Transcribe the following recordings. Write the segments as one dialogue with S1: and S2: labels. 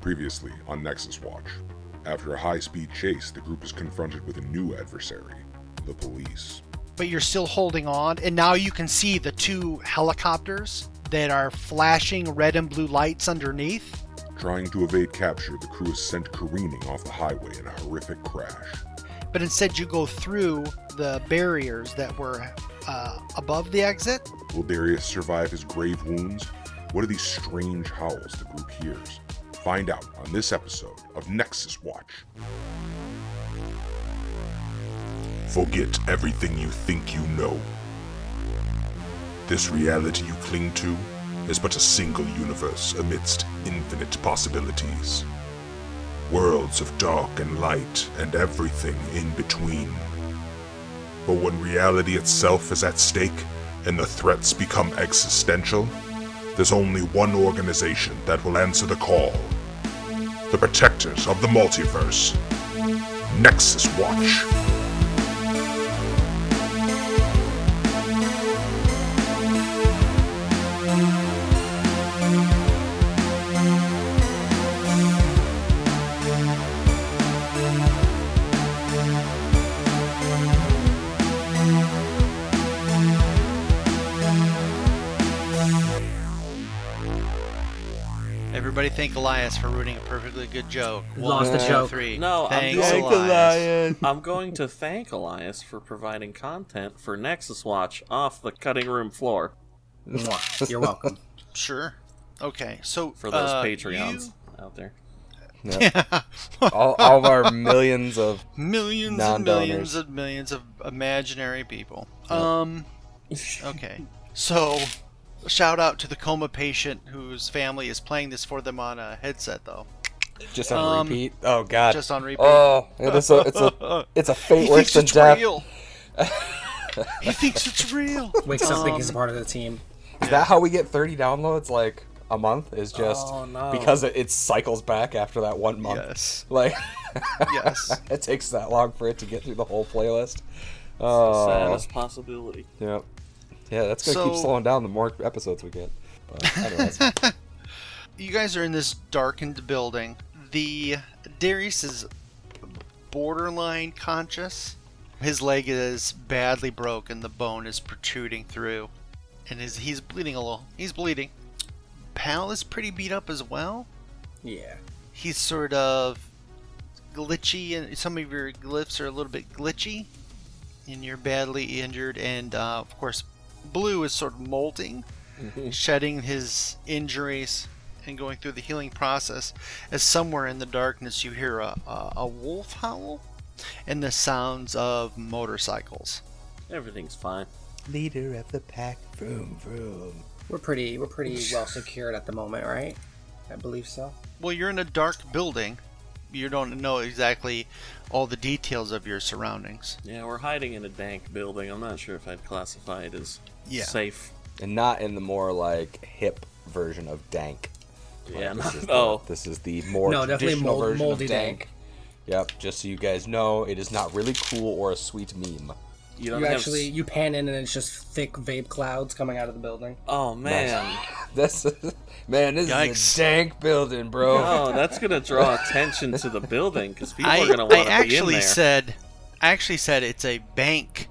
S1: Previously on Nexus Watch, after a high speed chase, the group is confronted with a new adversary the police.
S2: but you're still holding on. And now you can see the two helicopters that are flashing red and blue lights underneath.
S1: Trying to evade capture, the crew is sent careening off the highway in a horrific crash.
S2: But instead, you go through the barriers that were uh, above the exit.
S1: Will Darius survive his grave wounds? What are these strange howls the group hears? Find out on this episode of Nexus Watch. Forget everything you think you know. This reality you cling to is but a single universe amidst infinite possibilities. Worlds of dark and light and everything in between. But when reality itself is at stake and the threats become existential, there's only one organization that will answer the call the protectors of the multiverse Nexus Watch.
S2: Everybody thank Elias for ruining a perfectly good joke.
S3: Lost the
S2: two,
S3: joke.
S2: Three.
S4: No, I'm
S2: Thanks,
S4: just-
S2: Elias.
S4: I'm going to thank Elias for providing content for Nexus Watch off the cutting room floor
S3: Mwah. You're welcome.
S2: Sure. Okay. So
S4: for those
S2: uh,
S4: Patreons
S2: you-
S4: out there.
S5: all, all of our millions of
S2: millions and
S5: Non-donors.
S2: millions and millions of imaginary people. Um, okay. So, shout out to the coma patient whose family is playing this for them on a headset, though.
S5: just on
S2: Um,
S5: repeat. Oh God.
S2: just on repeat.
S5: Oh, yeah, that's a, it's a it's a fate
S2: he thinks
S5: worse than
S2: it's
S5: death.
S2: real. he thinks it's real.
S3: Wakes up thinking he's a part of the team.
S5: Is that how we get thirty downloads like a month? Is just
S3: Oh, no.
S5: because it, it cycles back after that one month.
S2: Yes.
S5: Like
S2: Yes.
S5: it takes that long for it to get through the whole playlist. Oh,
S4: Saddest possibility.
S5: yeah, yeah. That's gonna keep
S2: So-
S5: slowing down the more episodes we get. But anyways,
S2: You guys are in this darkened building. The Darius is borderline conscious. His leg is badly broken. The bone is protruding through, and his, he's bleeding a little. He's bleeding. Pal is pretty beat up as well.
S3: Yeah.
S2: He's sort of glitchy, and some of your glyphs are a little bit glitchy, and you're badly injured. And uh, of course, Blue is sort of molting shedding his injuries and going through the healing process as somewhere in the darkness you hear a, a, a wolf howl and the sounds of motorcycles
S4: Everything's fine.
S5: leader of the pack, vroom vroom.
S3: We're pretty we're pretty well secured at the moment, right? I believe so.
S2: well you're in a dark building you don't know exactly all the details of your surroundings
S4: Yeah, we're hiding in a dank building. I'm not sure if I'd classify it as
S2: Yeah.
S4: safe.
S5: and not in the more like hip version of dank.
S4: yeah,
S5: This is
S4: not,
S5: the,
S4: oh,
S5: this is the more
S3: no, definitely
S5: traditional
S3: mold,
S5: version
S3: moldy
S5: of dank.
S3: dank.
S5: Yep, just so you guys know, it is not really cool or a sweet meme.
S4: you don't
S3: You
S4: have.
S3: actually
S4: s-
S3: you pan in and it's just thick vape clouds coming out of the building.
S4: Oh man.
S5: This is, man, this is
S2: Yikes.
S5: a dank building, bro.
S4: Oh, that's gonna draw attention to the building because people
S2: i,
S4: are gonna want
S2: I
S4: to be in
S2: actually
S4: there.
S2: said i actually said it's a bank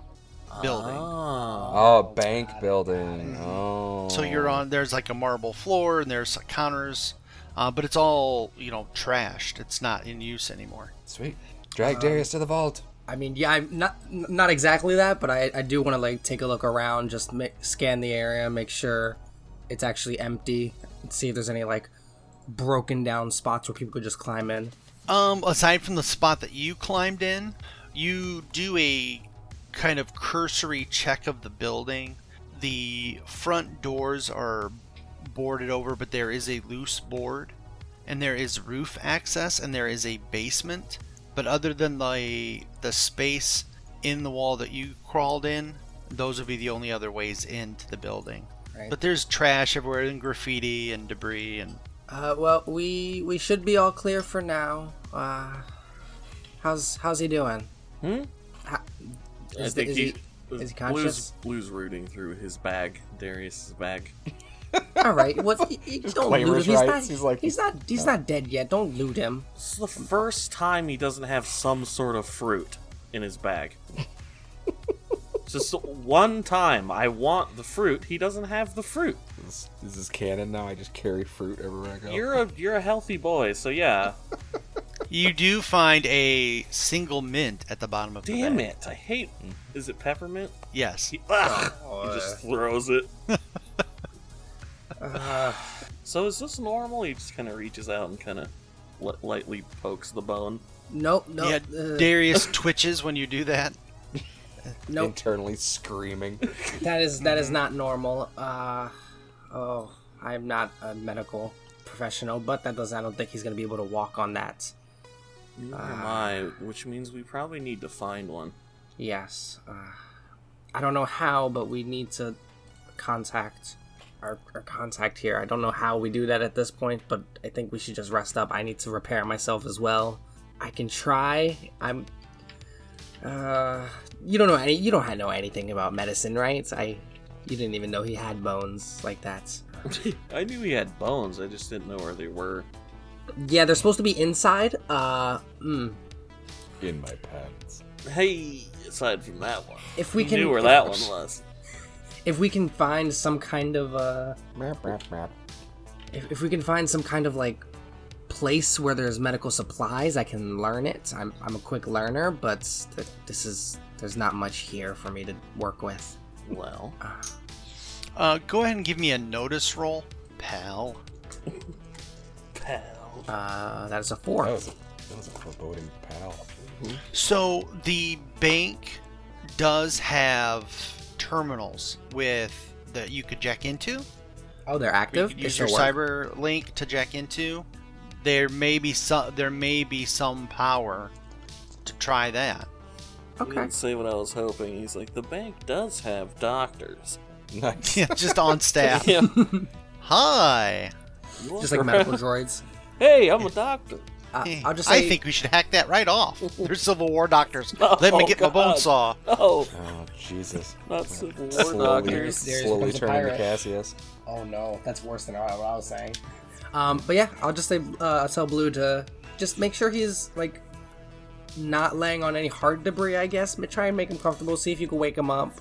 S2: building
S4: Oh.
S5: Oh, bank building. Oh.
S2: so you're on there's like a marble floor and there's counters uh, but it's all you know trashed it's not in use anymore
S5: Sweet. Drag
S3: Um,
S5: Darius to the vault.
S3: I mean, yeah, I'm not n- not exactly that, but I, I do want to like take a look around, just ma- scan the area, make sure it's actually empty, see if there's any like broken down spots where people could just climb in.
S2: Um, aside from the spot that you climbed in, you do a kind of cursory check of the building. The front doors are boarded over, but there is a loose board, and there is roof access, and there is a basement. But other than the the space in the wall that you crawled in, those would be the only other ways into the building.
S3: Right.
S2: But there's trash everywhere, and graffiti, and debris, and
S3: Uh, well, we we should be all clear for now. Uh, how's how's he doing?
S4: Hmm?
S3: Ho-
S4: I
S3: is, the-
S4: think
S3: is
S4: he,
S3: he, is he
S4: blues,
S3: conscious?
S4: blues rooting through his bag, Darius's bag.
S3: All right, what? y- y- don't
S5: claim
S3: loot him.
S5: his
S3: He's not,
S5: rights.
S3: he's
S5: He's like-
S3: not. He's not dead yet. Don't loot him.
S4: This is the first time he doesn't have some sort of fruit in his bag. Just one time I want the fruit, he doesn't have the fruit.
S5: This, this is canon now. I just carry fruit everywhere I go.
S4: You're a you're a healthy boy, so yeah.
S2: You do find a single mint at the bottom of the
S4: Damn
S2: bag.
S4: it! Mm. Oh, I hate. Is it peppermint?
S2: Yes.
S4: He, ugh, he just throws it. so is this normal? He just kind of reaches out and kind of li- lightly pokes the bone.
S3: Nope. Nope.
S2: yeah,
S3: uh,
S2: Darius twitches when you do that.
S3: nope.
S5: internally screaming.
S3: That is that
S5: Mm-hmm.
S3: is not normal. Uh, oh, I'm not a medical professional, but that does. I don't think he's gonna be able to walk on that.
S4: Neither am I, which means we probably need to find one.
S3: Yes. Uh, I don't know how, but we need to contact our, our contact here. I don't know how we do that at this point, but I think we should just rest up. I need to repair myself as well. I can try. I'm. Uh, you don't know any. You don't know anything about medicine, right? I. You didn't even know he had bones like that.
S4: I knew he had bones. I just didn't know where they were.
S3: Yeah, they're supposed to be inside. Uh, mm,
S5: In my pants.
S4: Hey, aside from that one,
S3: if we
S4: I
S3: can,
S4: knew where
S3: if,
S4: that one was.
S3: if we can find some kind of uh,
S5: Map, map, map.
S3: if, if we can find some kind of like place where there's medical supplies i can learn it i'm, I'm a quick learner but th- this is there's not much here for me to work with
S4: Well,
S2: Uh, go ahead and give me a notice roll, pal.
S4: pal.
S3: uh that is a four
S5: That was a, that was a foreboding pal.
S2: So the bank does have terminals with that you could jack into.
S3: oh they're
S2: You
S3: active
S2: could
S3: They
S2: use your
S3: still work.
S2: cyber link to jack into. There may be some. There may be some power to try that.
S4: He
S3: okay
S4: didn't say what I was hoping. He's like, the bank does have doctors.
S5: Nice.
S2: Yeah, just on staff.
S4: Yeah.
S2: Hi.
S4: You look
S3: just like
S4: around.
S3: medical droids
S4: Hey, I'm a doctor.
S3: uh, i'll just
S2: I
S3: say
S2: think we should hack that right off. They're Civil War doctors.
S4: Oh,
S2: Let me get my bone
S4: God.
S2: saw.
S4: Oh,
S5: Oh, Jesus.
S4: not Civil War
S5: Slowly,
S4: doctors.
S3: There's
S5: slowly
S3: the
S5: turning to
S3: pirate.
S5: Cassius.
S3: oh no that's worse than what i was saying um but yeah i'll just say uh I'll tell blue to just make sure he's like not laying on any hard debris i guess but try and make him comfortable see if you can wake him up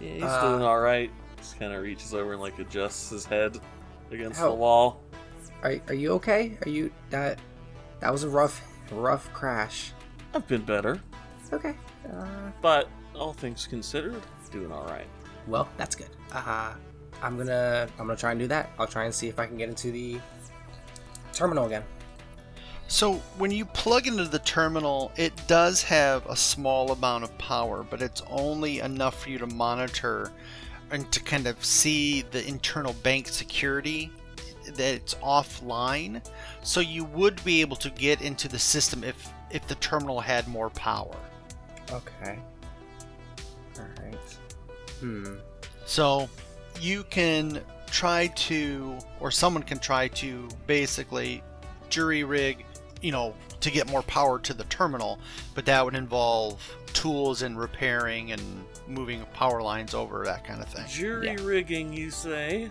S4: Yeah, he's
S3: Uh,
S4: doing all right. Just kind of reaches over and like adjusts his head against
S3: How-
S4: the wall.
S3: Are, are you okay? Are you that? That was a rough, rough crash.
S4: I've been better,
S3: It's okay. Uh,
S4: but all things considered, doing all right.
S3: well, that's good. Uh, I'm gonna I'm gonna try and do that. I'll try and see if I can get into the terminal again.
S2: So when you plug into the terminal, it does have a small amount of power, but it's only enough for you to monitor and to kind of see the internal bank security that it's offline. So you would be able to get into the system if if the terminal had more power.
S3: Okay. All right. Hmm.
S2: So you can try to, or someone can try to basically jury rig, you know, to get more power to the terminal, but that would involve tools and repairing and moving power lines over, that kind of thing.
S4: Jury rigging, you say?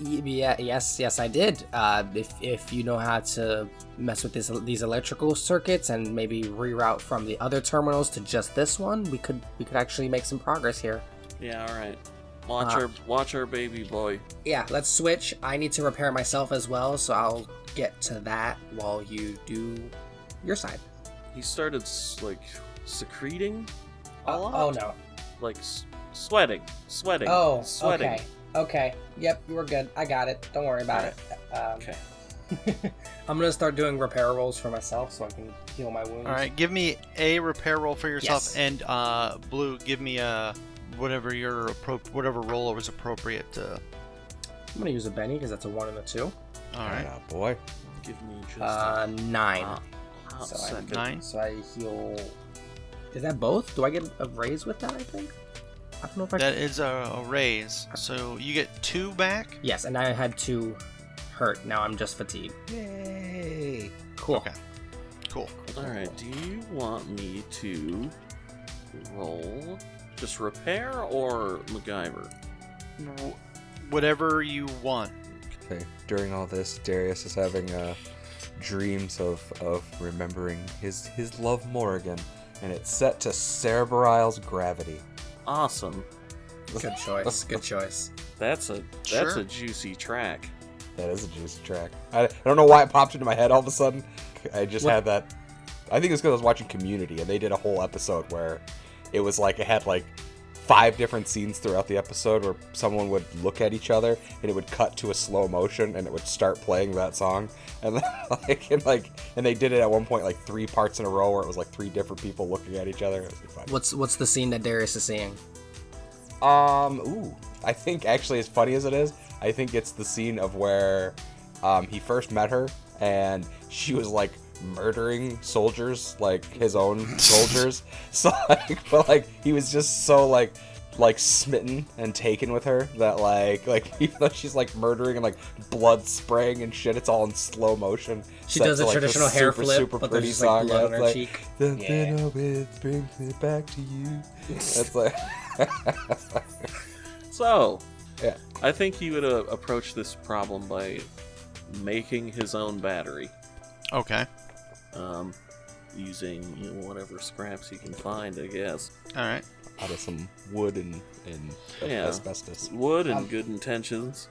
S3: Y- Yeah. Yes. Yes, I did. Uh, if if you know how to mess with this, these electrical circuits and maybe reroute from the other terminals to just this one, we could we could actually make some progress here.
S4: Yeah, all right. Watch
S3: Ah.
S4: our watch our baby boy.
S3: Yeah, let's switch. I need to repair myself as well, so I'll get to that while you do your side.
S4: He started s- like secreting a lot.
S3: oh no.
S4: Like s- sweating, sweating,
S3: Oh,
S4: sweating.
S3: okay. Okay. Yep, you were good. I got it. Don't worry about it. Um,
S4: Okay.
S3: I'm gonna start doing repair rolls for myself so I can heal my wounds.
S2: All right, give me a repair roll for yourself,
S3: Yes.
S2: and uh, Blue, give me a whatever your appro- whatever roll was appropriate. To...
S3: I'm gonna use a Benny because that's a one and a two.
S2: All right,
S5: Yeah, boy.
S4: Give me just
S3: Uh,
S4: a
S3: nine.
S4: hot, hot
S3: so I-
S4: second.
S2: nine.
S3: So I heal. Is that both? Do I get a raise with that? I think. I don't know if I.
S2: That is a, a raise, so you get two back.
S3: Yes, and I had two hurt. Now I'm just fatigued.
S5: Yay.
S3: Cool.
S2: Okay. Cool.
S4: All right. Do you want me to roll just repair or MacGyver?
S2: Wh- whatever you want.
S5: Say, during all this, Darius is having uh, dreams of, of remembering his, his love Morrigan, and it's set to Cerebrial's gravity.
S4: Awesome.
S3: Good choice. Good choice.
S4: That's a that's
S2: Sure.
S4: a juicy track.
S5: That is a juicy track. I, I don't know why it popped into my head all of a sudden. I just had that. I think it's because I was watching Community, and they did a whole episode where it was like it had like five different scenes throughout the episode where someone would look at each other, and it would cut to a slow motion, and it would start playing that song, and then, like and like and they did it at one point like three parts in a row where it was like three different people looking at each other. It was fun.
S3: What's what's the scene that Darius is seeing?
S5: Um, ooh, I think actually, as funny as it is, I think it's the scene of where um, he first met her and she was like murdering soldiers, like his own soldiers. so, like, but like he was just so like like smitten and taken with her that like like even though she's like murdering and like blood spraying and shit, it's all in slow motion.
S3: She
S5: set
S3: does
S5: to,
S3: a
S5: like, this
S3: traditional hair
S5: super,
S3: flip,
S5: super
S3: but there's
S5: pretty
S3: just, like,
S5: song,
S3: blood
S5: and
S3: on
S5: it's,
S3: her
S5: like,
S3: cheek.
S5: Something always brings me back to you. That's like.
S4: So,
S5: Yeah.
S4: I think he would uh, approach this problem by making his own battery,
S2: Okay.
S4: um, using you know, whatever scraps he can find, I guess.
S2: All right.
S5: out of some wood and, and
S4: Yeah.
S5: asbestos.
S4: Wood and
S3: Um,
S4: good intentions.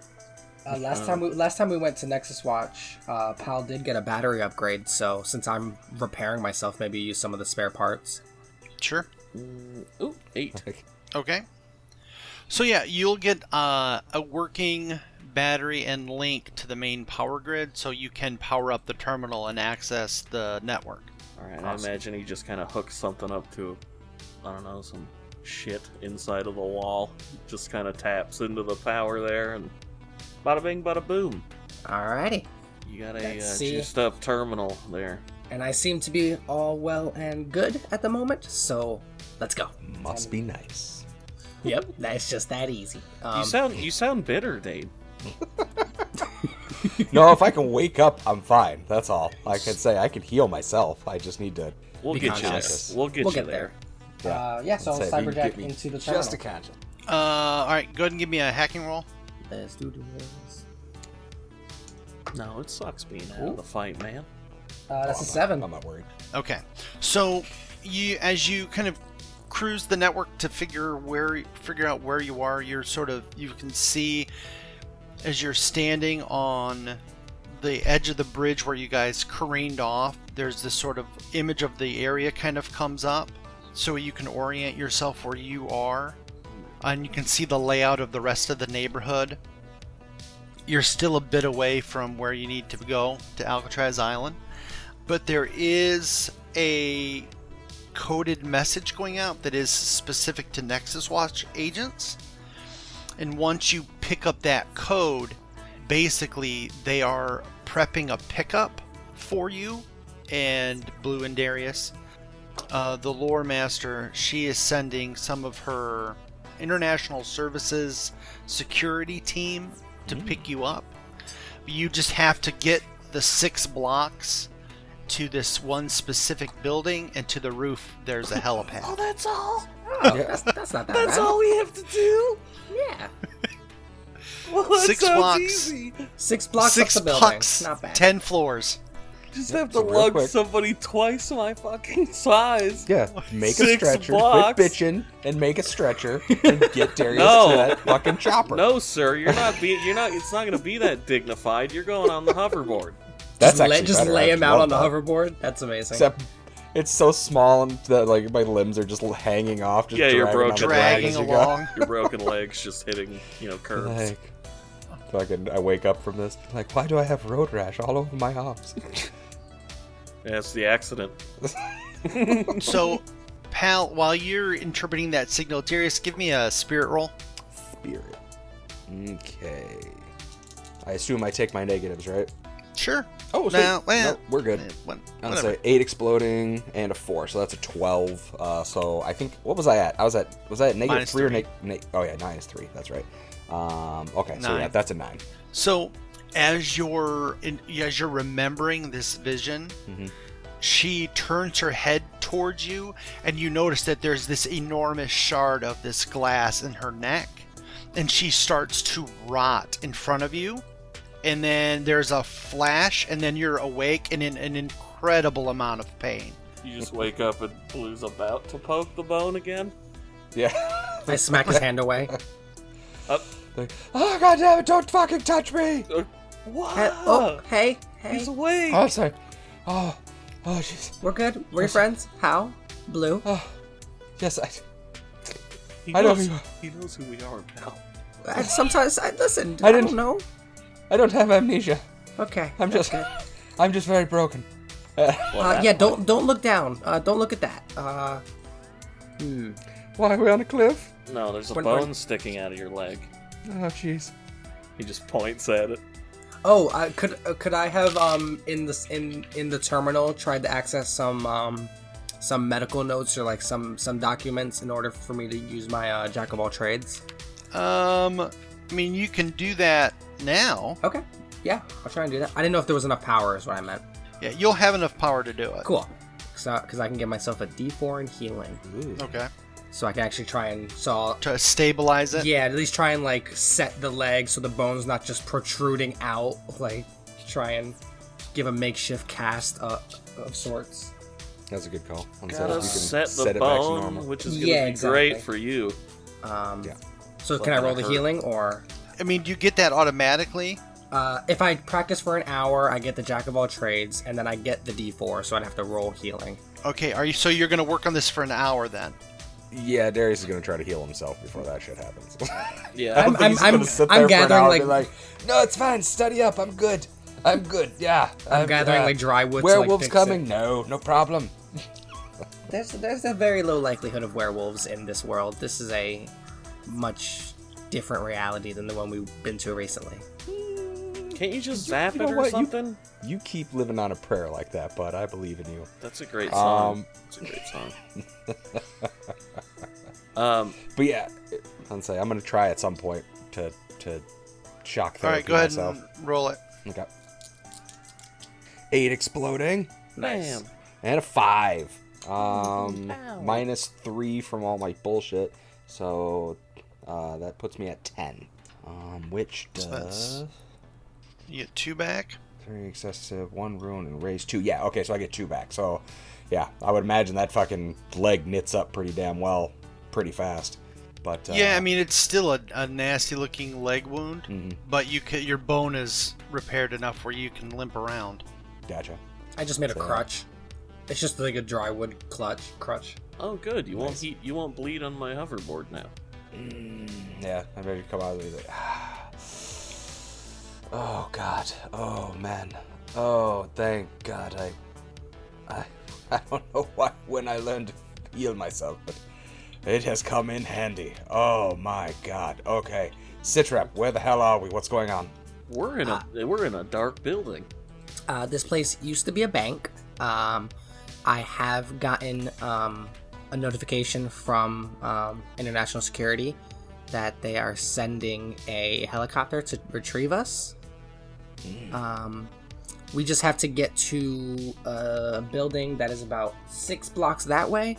S3: Uh, last
S4: Uh,
S3: time we last time we went to Nexus Watch, uh, Pal did get a battery upgrade. So since I'm repairing myself, maybe use some of the spare parts.
S2: Sure.
S4: Mm, ooh, eight.
S2: Okay. So yeah, you'll get uh, a working battery and link to the main power grid, so you can power up the terminal and access the network.
S4: All right,
S3: Awesome.
S4: I imagine he just kind of hooks something up to, I don't know, some shit inside of the wall. Just kind of taps into the power there, and bada bing, bada boom.
S3: Alrighty.
S4: You got a uh,
S3: Let's see.
S4: juiced up terminal there.
S3: And I seem to be all well and good at the moment. So let's go.
S5: Must be nice.
S3: Yep, that's just that easy. Um,
S4: you sound you sound bitter, Dave.
S5: no, if I can wake up, I'm fine. That's all I can say. I can heal myself. I just need to.
S4: We'll
S3: Be
S4: get you there.
S5: conscious.
S4: We'll get
S3: We'll
S4: you
S3: get
S4: there.
S3: there. Uh, yeah, so I'll
S5: Say, if you
S3: cyberjack
S5: can get me
S3: into the
S5: Just a
S3: terminal.
S5: conscious.
S2: Uh, all right, go ahead and give me a hacking roll.
S3: Let's do this.
S4: No, it sucks being out of the fight, man.
S3: Uh, that's a
S5: Oh, I'm not-
S3: seven.
S5: I'm not worried.
S2: Okay. So you as you kind of cruise the network to figure where figure out where you are, you're sort of you can see as you're standing on the edge of the bridge where you guys careened off, there's this sort of image of the area kind of comes up so you can orient yourself where you are and you can see the layout of the rest of the neighborhood. You're still a bit away from where you need to go to Alcatraz Island but there is a coded message going out that is specific to Nexus Watch agents. And once you pick up that code, basically they are prepping a pickup for you and Blue and Darius. Uh, the lore master, she is sending some of her international services security team to pick you up. You just have to get the six blocks to this one specific building, and to the roof there's a helipad.
S4: that's all.
S3: Oh, that's, that's not that bad.
S4: we have to do.
S3: Yeah.
S4: Well,
S2: Six sounds blocks. easy.
S3: Six blocks
S2: Six
S3: up the building.
S2: pucks,
S3: Not bad.
S2: ten floors.
S4: Just
S5: Yep,
S4: have to
S5: so real
S4: lug
S5: quick.
S4: somebody twice my fucking size.
S5: Yeah, make a
S4: Six
S5: stretcher.
S4: blocks.
S5: Quit bitching and make a stretcher and get Darius
S4: No.
S5: to that fucking chopper.
S4: No, sir, you're not. Be- you're not. It's not going to be that dignified. You're going on the hoverboard.
S5: that's
S3: just lay,
S5: actually
S3: just
S5: better.
S3: lay
S5: I
S3: him out
S5: love
S3: on the
S5: that.
S3: hoverboard. That's amazing.
S5: Except it's so small and that like my limbs are just l- hanging off. Just
S4: Yeah, you're
S5: dragging on the
S4: broken.
S5: ground as
S2: Dragging
S5: you go.
S2: along.
S4: Your broken legs just hitting, you know, curbs.
S5: Like, fucking, I wake up from this. Like, why do I have road rash all over my arms?
S4: That's the accident.
S2: So, pal, while you're interpreting that signal, Darius, give me a spirit roll.
S5: Spirit. Okay. I assume I take my negatives, right?
S2: Sure.
S5: Oh, sweet.
S2: Now, well,
S5: Nope, we're good.
S2: eh, what-
S5: I'm gonna
S2: whatever.
S5: say eight exploding and a four, so that's a twelve. Uh, so I think what was I at? I was at was I at negative
S2: Minus
S5: three, or
S2: three.
S5: neg neg- oh yeah, nine is three. That's right. Um, okay, so yeah,
S2: Nine.
S5: that's a nine.
S2: So, as you're in, as you're remembering this vision,
S3: Mm-hmm.
S5: Mhm.
S2: she turns her head towards you, and you notice that there's this enormous shard of this glass in her neck, and she starts to rot in front of you, and then there's a flash, and then you're awake and in an incredible amount of pain.
S4: You just wake up and Blue's about to poke the bone again.
S5: Yeah.
S3: I smack his hand away.
S5: Like, oh god damn it, don't fucking touch me!
S4: What?
S3: Hey, oh, hey, hey,
S4: uh, He's awake.
S5: Oh, I'm sorry. Oh, oh jeez.
S3: we're good. We're your friends. How? Blue.
S5: Oh, yes, I.
S4: he,
S5: I don't
S4: knows,
S5: know.
S4: he knows who we are now.
S3: I, sometimes I listen.
S5: I
S3: I,
S5: didn't-
S3: don't know.
S5: I don't have amnesia.
S3: Okay.
S5: I'm
S3: that's
S5: just.
S3: good.
S5: I'm just very broken.
S3: Uh, yeah, don't don't look down. Uh, don't look at that. Uh,
S5: Why are we on a cliff?
S4: No, there's a
S3: When-
S4: bone
S3: when-
S4: sticking out of your leg.
S5: Oh jeez.
S4: He just points at it.
S3: oh, I, could uh, could I have um in this in in the terminal tried to access some um some medical notes or like some some documents in order for me to use my uh, jack of all trades?
S2: Um, I mean, you can do that now.
S3: Okay. Yeah, I'll try and do that. I didn't know if there was enough power, is what I meant.
S2: Yeah, you'll have enough power to do it.
S3: Cool. Because I can give myself a D4 in healing.
S2: Okay.
S3: So I can actually try and. So I'll-
S2: To stabilize it.
S3: yeah, at least try and, like, set the leg so the bone's not just protruding out. Like, try and give a makeshift cast uh, of sorts.
S5: That's a good call. On
S4: Gotta
S5: Zelda, you can
S4: set the
S5: it back to
S4: bone,
S5: normal.
S4: which is gonna
S3: Yeah,
S4: be
S3: exactly.
S4: great for you.
S3: Um,
S5: Yeah.
S3: So
S5: Let
S3: can I
S5: that
S3: roll the
S5: hurt.
S3: healing or.
S2: I mean, do you get that automatically?
S3: Uh, if I practice for an hour, I get the jack of all trades, and then I get the D4, so I'd have to roll healing.
S2: Okay. Are you so you're gonna work on this for an hour then?
S5: Yeah, Darius is gonna try to heal himself before that shit happens.
S4: Yeah.
S5: I
S3: I'm-
S5: don't think he's
S3: I'm-
S5: gonna sit
S3: I'm
S5: there for an
S3: gathering,
S5: hour and be
S3: like-
S5: like, no, it's fine. Study up. I'm good. I'm good. Yeah. uh,
S3: I'm gathering, like, dry wood to, like,
S5: Werewolves
S3: fix
S5: coming?
S3: it.
S5: No, no problem.
S3: There's there's a very low likelihood of werewolves in this world. This is a much different reality than the one we've been to recently.
S4: Can't you just zap
S5: you
S4: it
S5: know
S4: or
S5: what, you-
S4: something?
S5: You keep living on a prayer like that, bud. I believe in you.
S4: That's a great song.
S5: Um,
S4: That's a great song. um,
S5: But yeah, I'm say I'm gonna try at some point to to shock
S2: All right.
S5: therapy
S2: Go ahead
S5: myself.
S2: and roll it.
S5: Okay. Eight exploding
S3: Nice.
S4: bam.
S5: and a five. Um, minus three from all my bullshit, so uh, that puts me at ten. Um, which does
S2: that's- You get two back.
S5: three excessive, one ruin, and raise two. Yeah, okay, so I get two back. So, yeah, I would imagine that fucking leg knits up pretty damn well, pretty fast. But uh,
S2: yeah, I mean it's still a, a nasty looking leg wound, but you ca your bone is repaired enough where you can limp around.
S5: gotcha.
S3: I just made a
S5: Fair.
S3: crutch. It's just like a dry wood clutch crutch.
S4: Oh, good. You won't heat. You won't bleed on my hoverboard now.
S5: Mm, Yeah, I better come out of it. Like, oh God. Oh man. Oh thank God. I, I, I don't know why when I learned to heal myself, but it has come in handy. Oh my God. Okay, Sitrep, where the hell are we? What's going on?
S4: We're in a we're in a dark building.
S3: Uh, this place used to be a bank. Um, I have gotten um, a notification from um, International Security that they are sending a helicopter to retrieve us. Um, we just have to get to a building that is about six blocks that way.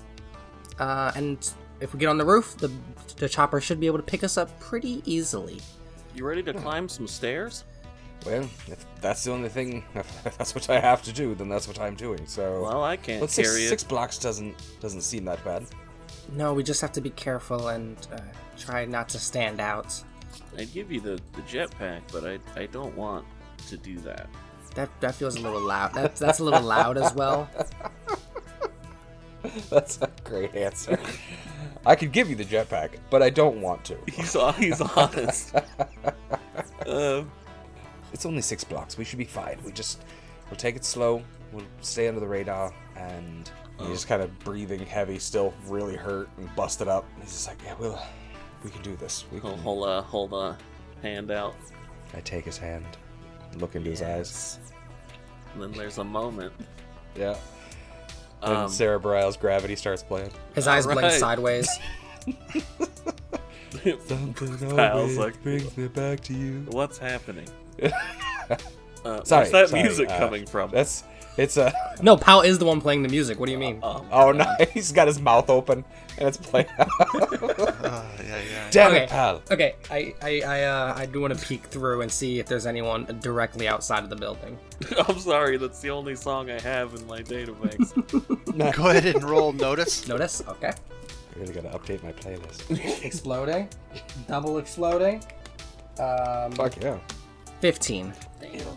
S3: Uh, and if we get on the roof, the, the chopper should be able to pick us up pretty easily.
S4: You ready to
S5: Hmm.
S4: climb some stairs?
S5: Well, if that's the only thing, if that's what I have to do, then that's what I'm doing. So
S4: Well, I can't
S5: Oh. let's say
S4: carry it.
S5: six blocks doesn't doesn't seem that bad.
S3: No, we just have to be careful and uh, try not to stand out.
S4: I'd give you the the jetpack, but I I don't want to do that.
S3: That that feels a little loud. That, that's a little loud as well.
S5: That's a great answer. I could give you the jetpack, but I don't want to.
S4: He's he's honest. um,
S5: It's only six blocks. We should be fine. We just we'll take it slow. We'll stay under the radar, and
S4: Oh.
S5: he's just kind of breathing heavy, still really hurt and busted up. He's just like, yeah, we'll we can do this. We
S4: I'll
S5: can.
S4: hold a hold a hand out.
S5: I take his hand, look into his eyes.
S4: And then there's a moment.
S5: Yeah. And
S4: Um,
S5: Sarah Bareilles' gravity starts playing.
S3: His eyes blink
S4: Alright.
S3: sideways.
S5: Something
S4: Pal's always like-
S5: brings me back to you.
S4: What's happening? Uh, where's
S5: Sorry,
S4: that
S5: sorry,
S4: music
S5: uh,
S4: coming from?
S5: That's it's a
S3: No, Pal is the one playing the music. What do you mean?
S4: Uh, Um,
S5: oh no, he's got his mouth open and it's playing.
S2: Uh, yeah, yeah.
S5: Damn
S3: okay.
S5: it, pal.
S3: Okay, I I I, uh, I do want to peek through and see if there's anyone directly outside of the building.
S4: I'm sorry, that's the only song I have in my database.
S2: Go ahead and roll notice.
S3: Notice? Okay.
S5: I really gotta update my playlist.
S3: Exploding, double exploding. Um,
S5: Fuck yeah,
S3: fifteen.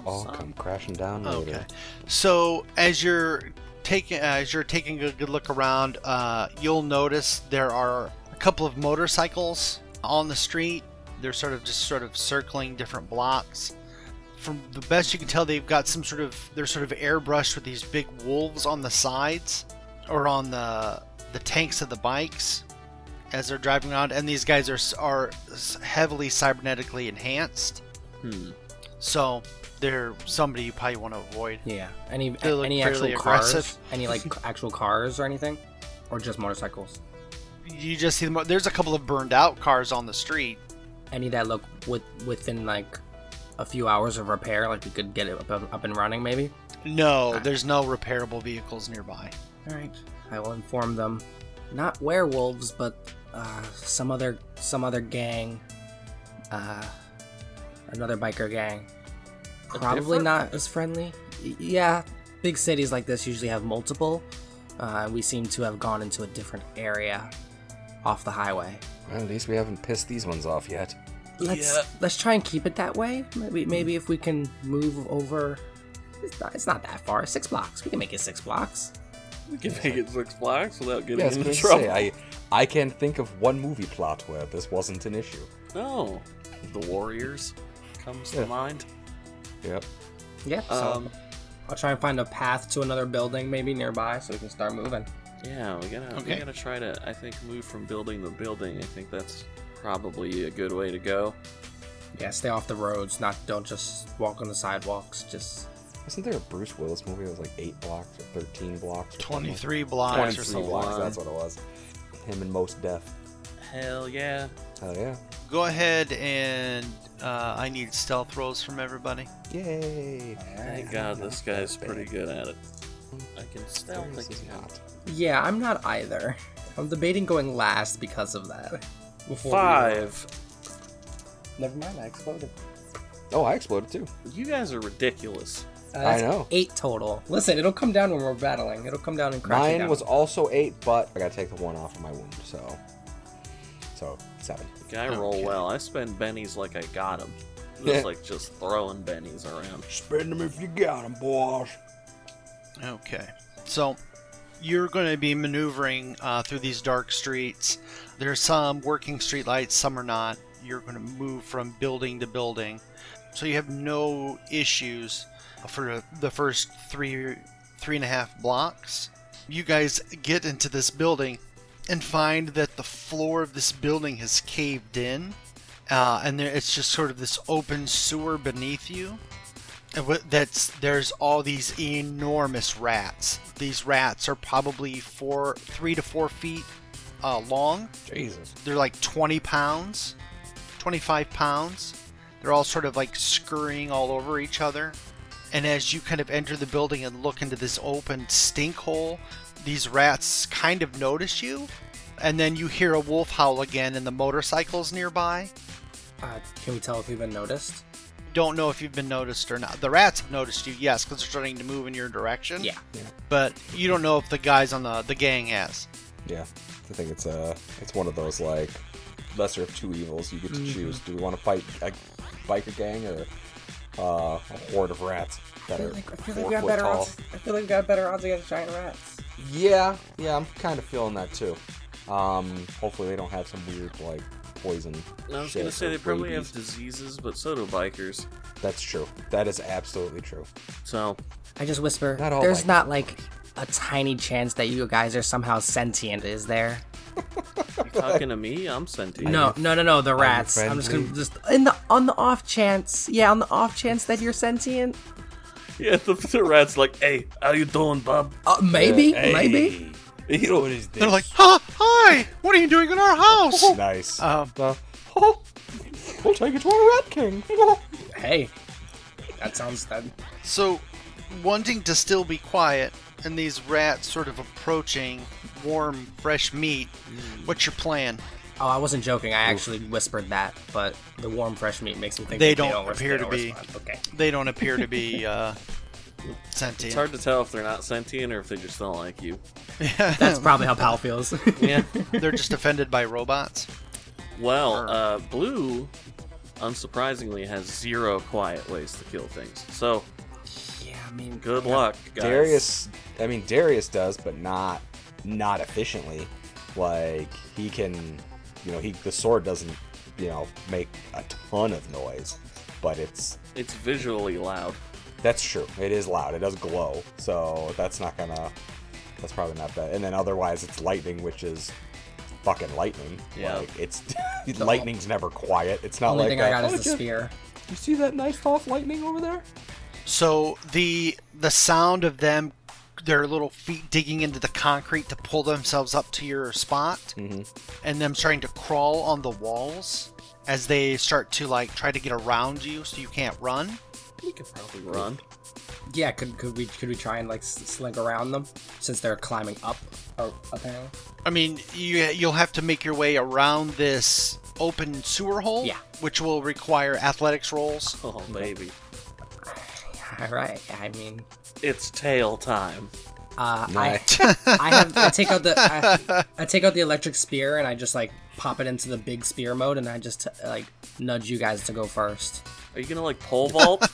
S5: all come crashing down later.
S2: Okay. So as you're taking uh, as you're taking a good look around, uh, you'll notice there are a couple of motorcycles on the street. They're sort of just sort of circling different blocks. From the best you can tell, they've got some sort of they're sort of airbrushed with these big wolves on the sides or on the the tanks of the bikes as they're driving around. And these guys are s- are s- heavily cybernetically enhanced,
S4: Hmm.
S2: so they're somebody you probably want to avoid.
S3: Yeah. Any
S2: They look
S3: any
S2: fairly
S3: actual cars?
S2: aggressive.
S3: Any like c- actual cars or anything, or just motorcycles?
S2: you just see them. There's a couple of burned out cars on the street.
S3: Any that look with within like a few hours of repair, like we could get it up, up and running, maybe.
S2: No, there's no repairable vehicles nearby.
S3: All right. I will inform them. Not werewolves, but uh, some other some other gang. Uh, another biker gang. Probably
S4: different-
S3: not as friendly. Y- yeah, big cities like this usually have multiple. Uh, we seem to have gone into a different area off the highway.
S5: Well, at least we haven't pissed these ones off yet.
S3: Let's
S4: Yeah.
S3: let's try and keep it that way. Maybe maybe if we can move over. It's not, it's not that far. Six blocks. We can make it six blocks.
S4: We can make it six blocks without getting
S5: Yeah, I was
S4: into
S5: gonna
S4: trouble.
S5: say, I I can think of one movie plot where this wasn't an issue.
S4: No, the Warriors comes
S5: Yeah.
S4: to mind.
S5: Yep.
S3: Yeah. So
S4: Um,
S3: I'll try and find a path to another building maybe nearby so we can start moving.
S4: yeah, we gotta
S2: Okay.
S4: we gotta try to I think move from building to building. I think that's probably a good way to go.
S3: Yeah, stay off the roads, not don't just walk on the sidewalks, just
S5: Wasn't there a Bruce Willis movie that was like eight blocks or thirteen blocks? or something like-
S2: 23 blocks or
S5: 23
S2: something.
S5: blocks. That's what it was. Him and most death.
S4: Hell yeah!
S5: Hell yeah!
S2: Go ahead and uh, I need stealth rolls from everybody.
S5: Yay!
S4: Thank God this guy's pretty good at it. I can still
S5: This
S4: think
S5: is
S4: of
S5: not.
S3: Yeah, I'm not either. I'm debating going last because of that. Before we-
S4: Five.
S3: Never mind, I exploded.
S5: Oh, I exploded too.
S4: You guys are ridiculous.
S3: Uh, that's
S5: I know.
S3: Eight total. Listen, it'll come down when we're battling. It'll come down and crash.
S5: Mine was also eight, but I gotta take the one off of my wound, so so seven.
S4: Guy roll well. I spend bennies like I got them.
S5: Yeah.
S4: Just like just throwing bennies around.
S5: Spend them if you got them, boss.
S2: Okay. So you're going to be maneuvering uh, through these dark streets. There's some working streetlights, some are not. You're going to move from building to building. So you have no issues for the first three, three and a half blocks. You guys get into this building and find that the floor of this building has caved in. Uh, and there, it's just sort of this open sewer beneath you. And wh- that's there's all these enormous rats. These rats are probably four, three to four feet uh, long.
S5: Jesus.
S2: They're like 20 pounds, 25 pounds. They're all sort of like scurrying all over each other. And as you kind of enter the building and look into this open stink hole, these rats kind of notice you. And then you hear a wolf howl again, and the motorcycles nearby.
S3: Uh, can we tell if we've been noticed?
S2: Don't know if you've been noticed or not. The rats have noticed you, yes, because they're starting to move in your direction.
S3: Yeah.
S2: but you don't know if the guys on the the gang has.
S5: Yeah. I think it's uh it's one of those like lesser of two evils. You get to choose. Do we want to fight a biker gang or uh, a horde of rats that are four foot tall?
S3: I feel like we got better odds against giant rats.
S5: Yeah, yeah, I'm kind of feeling that too. Um, hopefully they don't have some weird like poison.
S4: I was
S5: shit
S4: gonna say
S5: or
S4: they probably
S5: rabies.
S4: have diseases, but so do bikers.
S5: That's true. That is absolutely true.
S4: So
S3: I just whisper.
S5: Not all
S3: there's
S5: like-
S3: not like a tiny chance that you guys are somehow sentient, is there?
S4: you talking to me? I'm sentient.
S3: No, no, no, no. The rats. I'm just gonna
S5: friendly?
S3: just in the on the off chance. Yeah, on the off chance that you're sentient.
S4: Yeah, the, the rat's like, hey, how you doing, bub?
S3: Uh, maybe, maybe.
S5: You know what is this?
S2: They're like, "Huh? Hi! What are you doing in our house?"
S5: nice.
S2: Um,
S5: Uh, oh, we'll take it to our rat king.
S3: Hey, That sounds that.
S2: So, wanting to still be quiet, and these rats sort of approaching warm, fresh meat, what's your plan?
S3: Oh, I wasn't joking. I actually whispered that, but the warm fresh meat makes me think
S2: They
S3: that
S2: don't appear
S3: they
S2: to
S3: don't
S2: be.
S3: respond. Okay.
S2: They don't appear to be uh,
S4: It's
S2: sentient.
S4: hard to tell if they're not sentient or if they just don't like you.
S3: That's probably how Pal feels.
S4: Yeah.
S2: They're just offended by robots.
S4: Well, uh, Blue, unsurprisingly, has zero quiet ways to kill things. So
S3: yeah, I mean,
S4: good luck, guys.
S5: Darius, I mean Darius does, but not not efficiently. Like he can, you know, he the sword doesn't, you know, make a ton of noise, but it's
S4: It's visually loud.
S5: that's true. It is loud. It does glow, so that's not gonna. That's probably not bad. And then otherwise, it's lightning, which is fucking lightning.
S4: Yeah.
S5: Like it's lightning's never quiet. It's not
S3: only
S5: like
S3: thing
S5: a,
S3: I got
S5: "Oh,
S3: is the
S5: did you-
S3: spear.
S5: You see that nice off lightning over there?
S2: So the the sound of them, their little feet digging into the concrete to pull themselves up to your spot,
S3: Mm-hmm.
S2: and them starting to crawl on the walls as they start to like try to get around you so you can't run.
S4: We could probably run.
S3: Yeah, could could we could we try and like s- slink around them since they're climbing up or apparently?
S2: I mean, you you'll have to make your way around this open sewer hole,
S3: Yeah.
S2: which will require athletics rolls.
S4: Oh, baby.
S3: All right. I mean,
S4: It's tail time.
S3: uh, I
S5: Nice.
S3: I have I take out the I, I take out the electric spear and I just like pop it into the big spear mode and I just like nudge you guys to go first.
S4: Are you going to, like, pole vault?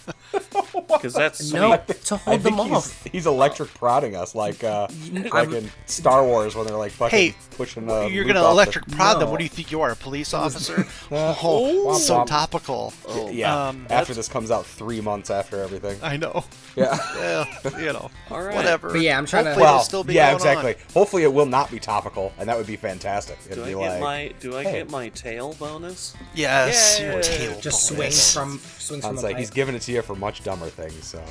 S4: Because that's sweet.
S3: No, to
S5: I
S3: hold
S5: think
S3: them
S5: he's,
S3: off.
S5: he's electric prodding us like uh, like
S3: I'm-
S5: in Star Wars when they're like fucking
S2: Hey,
S5: pushing the.
S2: You're
S5: loop
S2: gonna
S5: off
S2: electric prod them.
S3: No.
S2: What do you think you are, a police officer?
S5: Uh,
S2: oh,
S5: Oh. womp
S2: so
S5: womp. Oh.
S2: topical.
S5: The, yeah.
S2: um,
S5: after this comes out three months after everything.
S2: I know.
S5: Yeah.
S2: Yeah, Eh, you know,
S4: All right.
S2: whatever.
S3: But yeah, I'm trying to-
S2: Hopefully
S5: well,
S2: it'll still be
S5: yeah,
S2: going
S5: exactly.
S2: on.
S5: Hopefully, it will not be topical, and that would be fantastic. It'd
S4: Do I
S5: be
S4: get
S5: like,
S4: my do I
S5: hey.
S4: get my tail bonus?
S2: Yes,
S4: Yay.
S2: your tail
S3: Just
S2: bonus.
S3: swings from swings from
S5: Oh, sounds
S3: the
S5: like
S3: pipe.
S5: he's giving it to you for much dumber things. So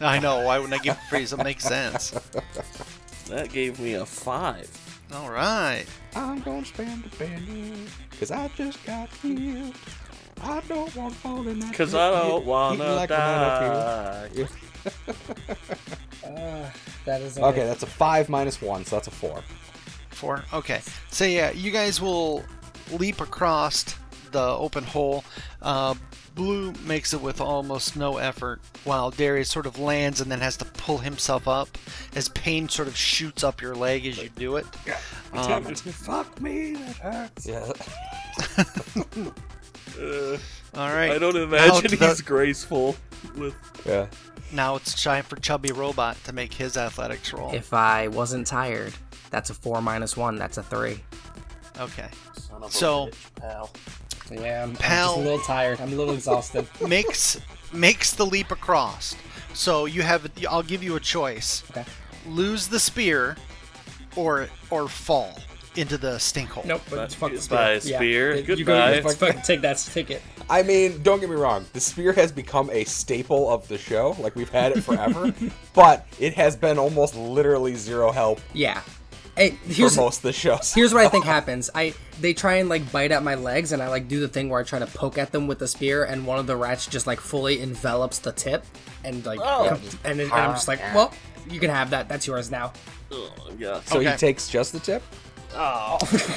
S2: I know. Why wouldn't I give it free? That makes sense.
S4: That gave me a five.
S2: All right.
S5: I'm gonna spend a penny because I just got healed. I don't want falling.
S4: Cause I don't wanna die.
S3: That is
S5: Okay, that's a five minus one, so that's a four.
S2: Four. Okay. So yeah, you guys will leap across the open hole. Uh, Blue makes it with almost no effort, while Darius sort of lands and then has to pull himself up as pain sort of shoots up your leg as you do it. Um,
S5: Fuck me, that hurts. Yeah.
S2: all right.
S4: I don't
S2: Now
S4: imagine
S2: it's
S4: he's
S2: the-
S4: graceful with
S5: yeah.
S2: Now it's time for Chubby Robot to make his athletics roll.
S3: If I wasn't tired, that's a four minus one. That's a three.
S2: Okay.
S4: Son of a
S2: So-
S4: bitch, pal.
S3: Yeah, I'm, I'm
S2: Pal.
S3: just a little tired. I'm a little exhausted.
S2: makes makes the leap across. So you have I'll give you a choice.
S3: Okay.
S2: Lose the spear or or fall into the stink hole.
S3: Nope.
S4: But
S3: But fuck the
S4: goodbye,
S3: spear.
S4: spear.
S3: You go-
S4: Goodbye.
S3: you fucking take that ticket.
S5: I mean, don't get me wrong. The spear has become a staple of the show. Like we've had it forever, but it has been almost literally zero help
S3: Yeah. Hey, here's
S5: for most of the shows.
S3: here's what I think happens. I they try and like bite at my legs, and I like do the thing where I try to poke at them with the spear, and one of the rats just like fully envelops the tip, and like com-
S5: Yeah, just-
S3: and, it- and I'm just like, well, you can have that. That's yours now.
S4: Oh, yeah.
S5: so
S2: okay.
S5: he takes just the tip.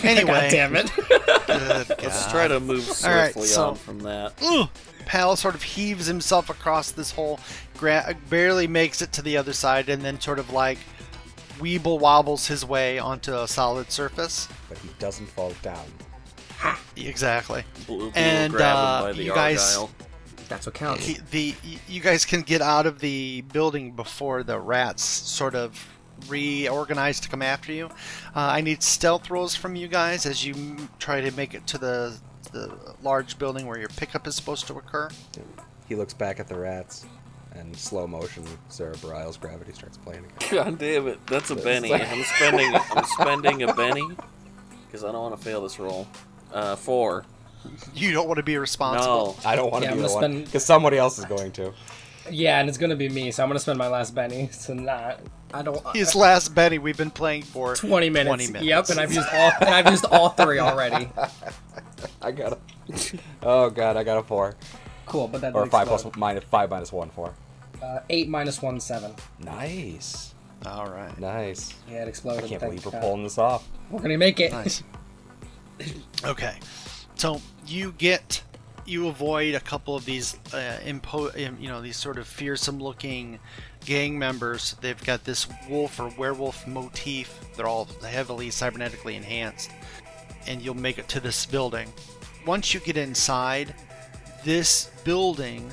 S2: Anyway,
S3: God damn it.
S2: good
S4: Let's
S2: God.
S4: try to move swiftly
S2: uh, right, so-
S4: on from that.
S2: Ugh. Pal sort of heaves himself across this hole, gra- barely makes it to the other side, and then sort of like weeble wobbles his way onto a solid surface.
S5: but he doesn't fall down.
S2: Exactly.
S4: Blue, blue
S2: And,
S4: grab
S2: uh,
S4: him by the
S2: you guys-
S4: argyle.
S3: That's what counts.
S2: He- the y- you guys can get out of the building before the rats sort of reorganize to come after you. Uh, I need stealth rolls from you guys as you m- try to make it to the the large building where your pickup is supposed to occur.
S5: He looks back at the rats, and slow motion, Sarah Bareilles' gravity starts playing again.
S4: God damn it! That's a penny. I'm spending. I'm spending a penny because I don't want to fail this roll. Uh, four.
S2: You don't want to be responsible.
S4: No.
S5: I don't want to
S3: Yeah,
S5: be
S3: I'm
S5: the
S3: gonna
S5: one
S3: spend-
S5: because somebody else is going to.
S3: Yeah, and it's gonna be me, so I'm gonna spend my last penny to not. I don't.
S2: His last Benny we've been playing for
S3: 20 minutes.
S2: 20 minutes.
S3: Yep, and I've used all and I've used all three already.
S5: I got a. oh god, I got a four.
S3: Cool, but that
S5: Or
S3: did
S5: five plus
S3: explode.
S5: minus five minus one four.
S3: uh, eight minus one seven.
S5: Nice,
S2: All right.
S5: nice.
S3: Yeah, it exploded.
S5: I can't
S3: thank
S5: believe we're
S3: God.
S5: pulling this off.
S3: We're gonna make it.
S2: Nice. okay, so you get you avoid a couple of these uh, impo- um, you know these sort of fearsome looking gang members. They've got this wolf or werewolf motif. They're all heavily cybernetically enhanced, and you'll make it to this building. Once you get inside, this building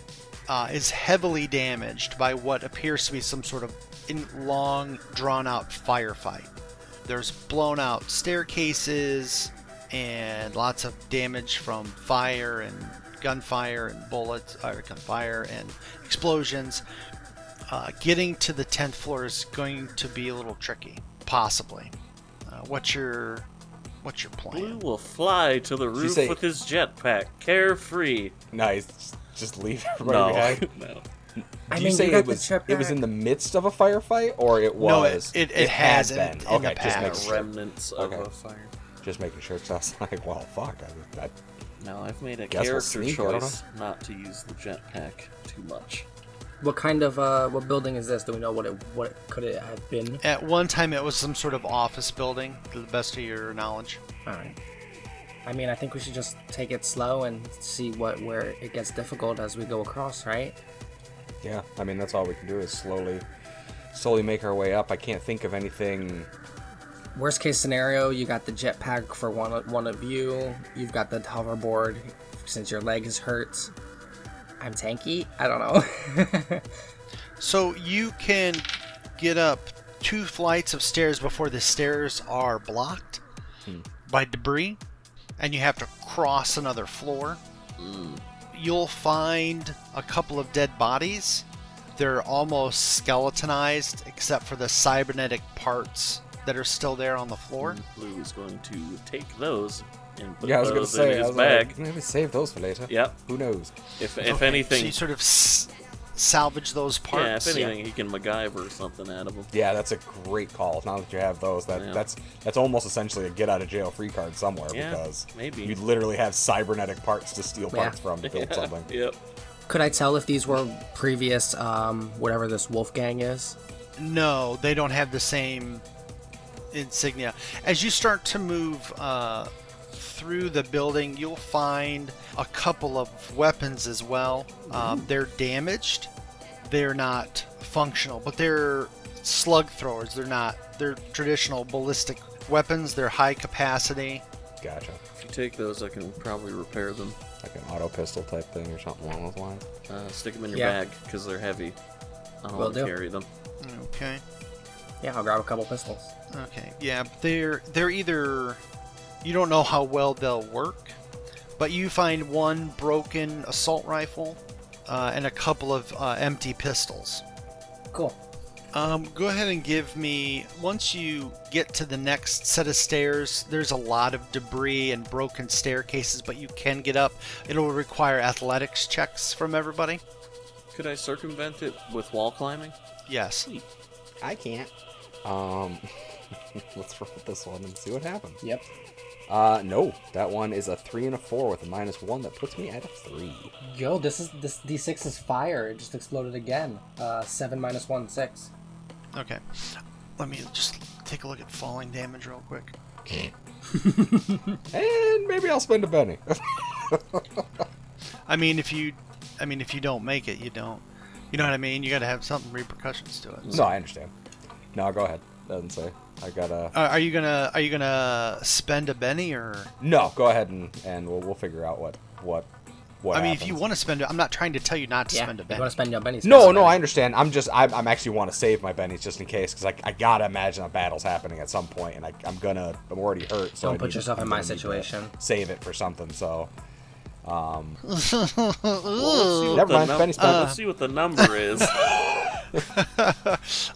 S2: uh, is heavily damaged by what appears to be some sort of in- long, drawn-out firefight there's blown out staircases and lots of damage from fire and gunfire and bullets or gunfire and explosions uh, getting to the 10th floor is going to be a little tricky possibly uh, what's your what's your
S4: Blue
S2: plan
S4: will fly to the roof
S5: say-
S4: with his jetpack, carefree.
S5: Nice. Just- Just leave everybody
S4: No,
S5: behind.
S4: no.
S3: I
S5: Do
S3: mean,
S5: you say
S3: you got
S5: it
S3: the
S5: was
S3: trip
S5: it was
S3: back.
S5: in the midst of a firefight, or it
S2: No, it-
S5: was?
S2: it- it
S5: had
S2: has in- in the
S5: okay, just
S2: past.
S5: making sure.
S4: Remnants of
S5: Okay.
S4: a fire.
S5: Just making sure. Cause I was like, well, fuck. I, I,
S4: No, I've made a
S5: Guess we'll
S4: character
S5: sneak, I don't
S4: choice not to use the jetpack too much.
S3: What kind of uh, what building is this? Do we know what it what it, could it have been?
S2: at one time it was some sort of office building to the best of your knowledge
S3: All right. I mean, I think we should just take it slow and see what where it gets difficult as we go across, right?
S5: yeah, I mean that's all we can do is slowly, slowly make our way up. I can't think of anything.
S3: Worst case scenario, you got the jetpack for one one of you. You've got the hoverboard since your leg is hurt. I'm tanky. I don't know.
S2: So you can get up two flights of stairs before the stairs are blocked
S4: Hmm.
S2: by debris, and you have to cross another floor.
S4: Hmm.
S2: You'll find a couple of dead bodies. They're almost skeletonized, except for the cybernetic parts that are still there on the floor.
S4: Blue is going to take those and put
S5: Yeah, I was
S4: those
S5: gonna
S4: in
S5: say. I
S4: his
S5: was
S4: bag.
S5: like, maybe save those for later.
S4: Yep.
S5: Who knows?
S4: If, if
S2: Okay, so
S4: anything,
S2: you sort of s- salvage those
S4: yeah, if
S2: parts.
S4: anything, he can MacGyver something out of them.
S5: Yeah, that's a great call. Now that you have those, that
S4: Yeah.
S5: that's that's almost essentially a get out of jail free card somewhere
S4: Yeah,
S5: because
S4: maybe.
S5: you literally have cybernetic parts to steal
S3: Yeah.
S5: parts from to build something.
S4: Yep.
S3: Could I tell if these were previous, um, whatever this Wolfgang is?
S2: No, they don't have the same insignia. As you start to move uh, through the building, you'll find a couple of weapons as well. Um, they're damaged. They're not functional, but they're slug throwers. They're not. They're traditional ballistic weapons. They're high capacity.
S5: Gotcha.
S4: If you take those, I can probably repair them.
S5: Like an auto pistol type thing or something along those lines.
S4: Uh, stick them in your
S3: Yeah.
S4: bag bag because they're heavy. I don't
S3: Will
S4: want to
S3: do.
S4: carry them.
S2: Okay.
S3: Yeah, I'll grab a couple pistols.
S2: Okay. Yeah, but they're they're either you don't know how well they'll work, but you find one broken assault rifle uh, and a couple of uh, empty pistols.
S3: Cool.
S2: Um, go ahead and give me once you get to the next set of stairs. There's a lot of debris and broken staircases, but you can get up. It'll require athletics checks from everybody.
S4: Could I circumvent it with wall climbing?
S2: Yes.
S5: I can't. Um, let's roll this one and see what happens.
S3: Yep.
S5: Uh, no, that one is a three and a four with a minus one that puts me at a three.
S3: Yo, this is this D6 is fire. It just exploded again. Uh, seven minus one, six.
S2: Okay. Let me just take a look at falling damage real quick.
S5: And maybe I'll spend a penny.
S2: I mean, if you, I mean, if you don't make it, you don't. You know what I mean? You got to have something repercussions to it.
S5: no, I understand. No, go ahead. Doesn't say. I got to
S2: Uh, are you gonna Are you gonna spend a penny or?
S5: No, go ahead and, and we'll, we'll figure out what what what.
S2: I mean, if you
S5: happens.
S2: want to spend it, I'm not trying to tell you not to
S3: Yeah.
S2: spend a
S3: if You want
S2: penny.
S3: to spend your bennies?
S5: No, no, I understand. I'm just I'm, I'm actually want to save my bennies just in case because I, I gotta imagine a battle's happening at some point and I I'm gonna I'm already hurt. So
S3: Don't
S5: I
S3: put
S5: need-
S3: yourself in
S5: I'm
S3: my
S5: gonna need to
S3: situation.
S5: Save it for something. So
S4: Well, let's see what the
S5: Never mind,
S4: num- uh,
S5: Benny's back.
S4: let's see what the number is.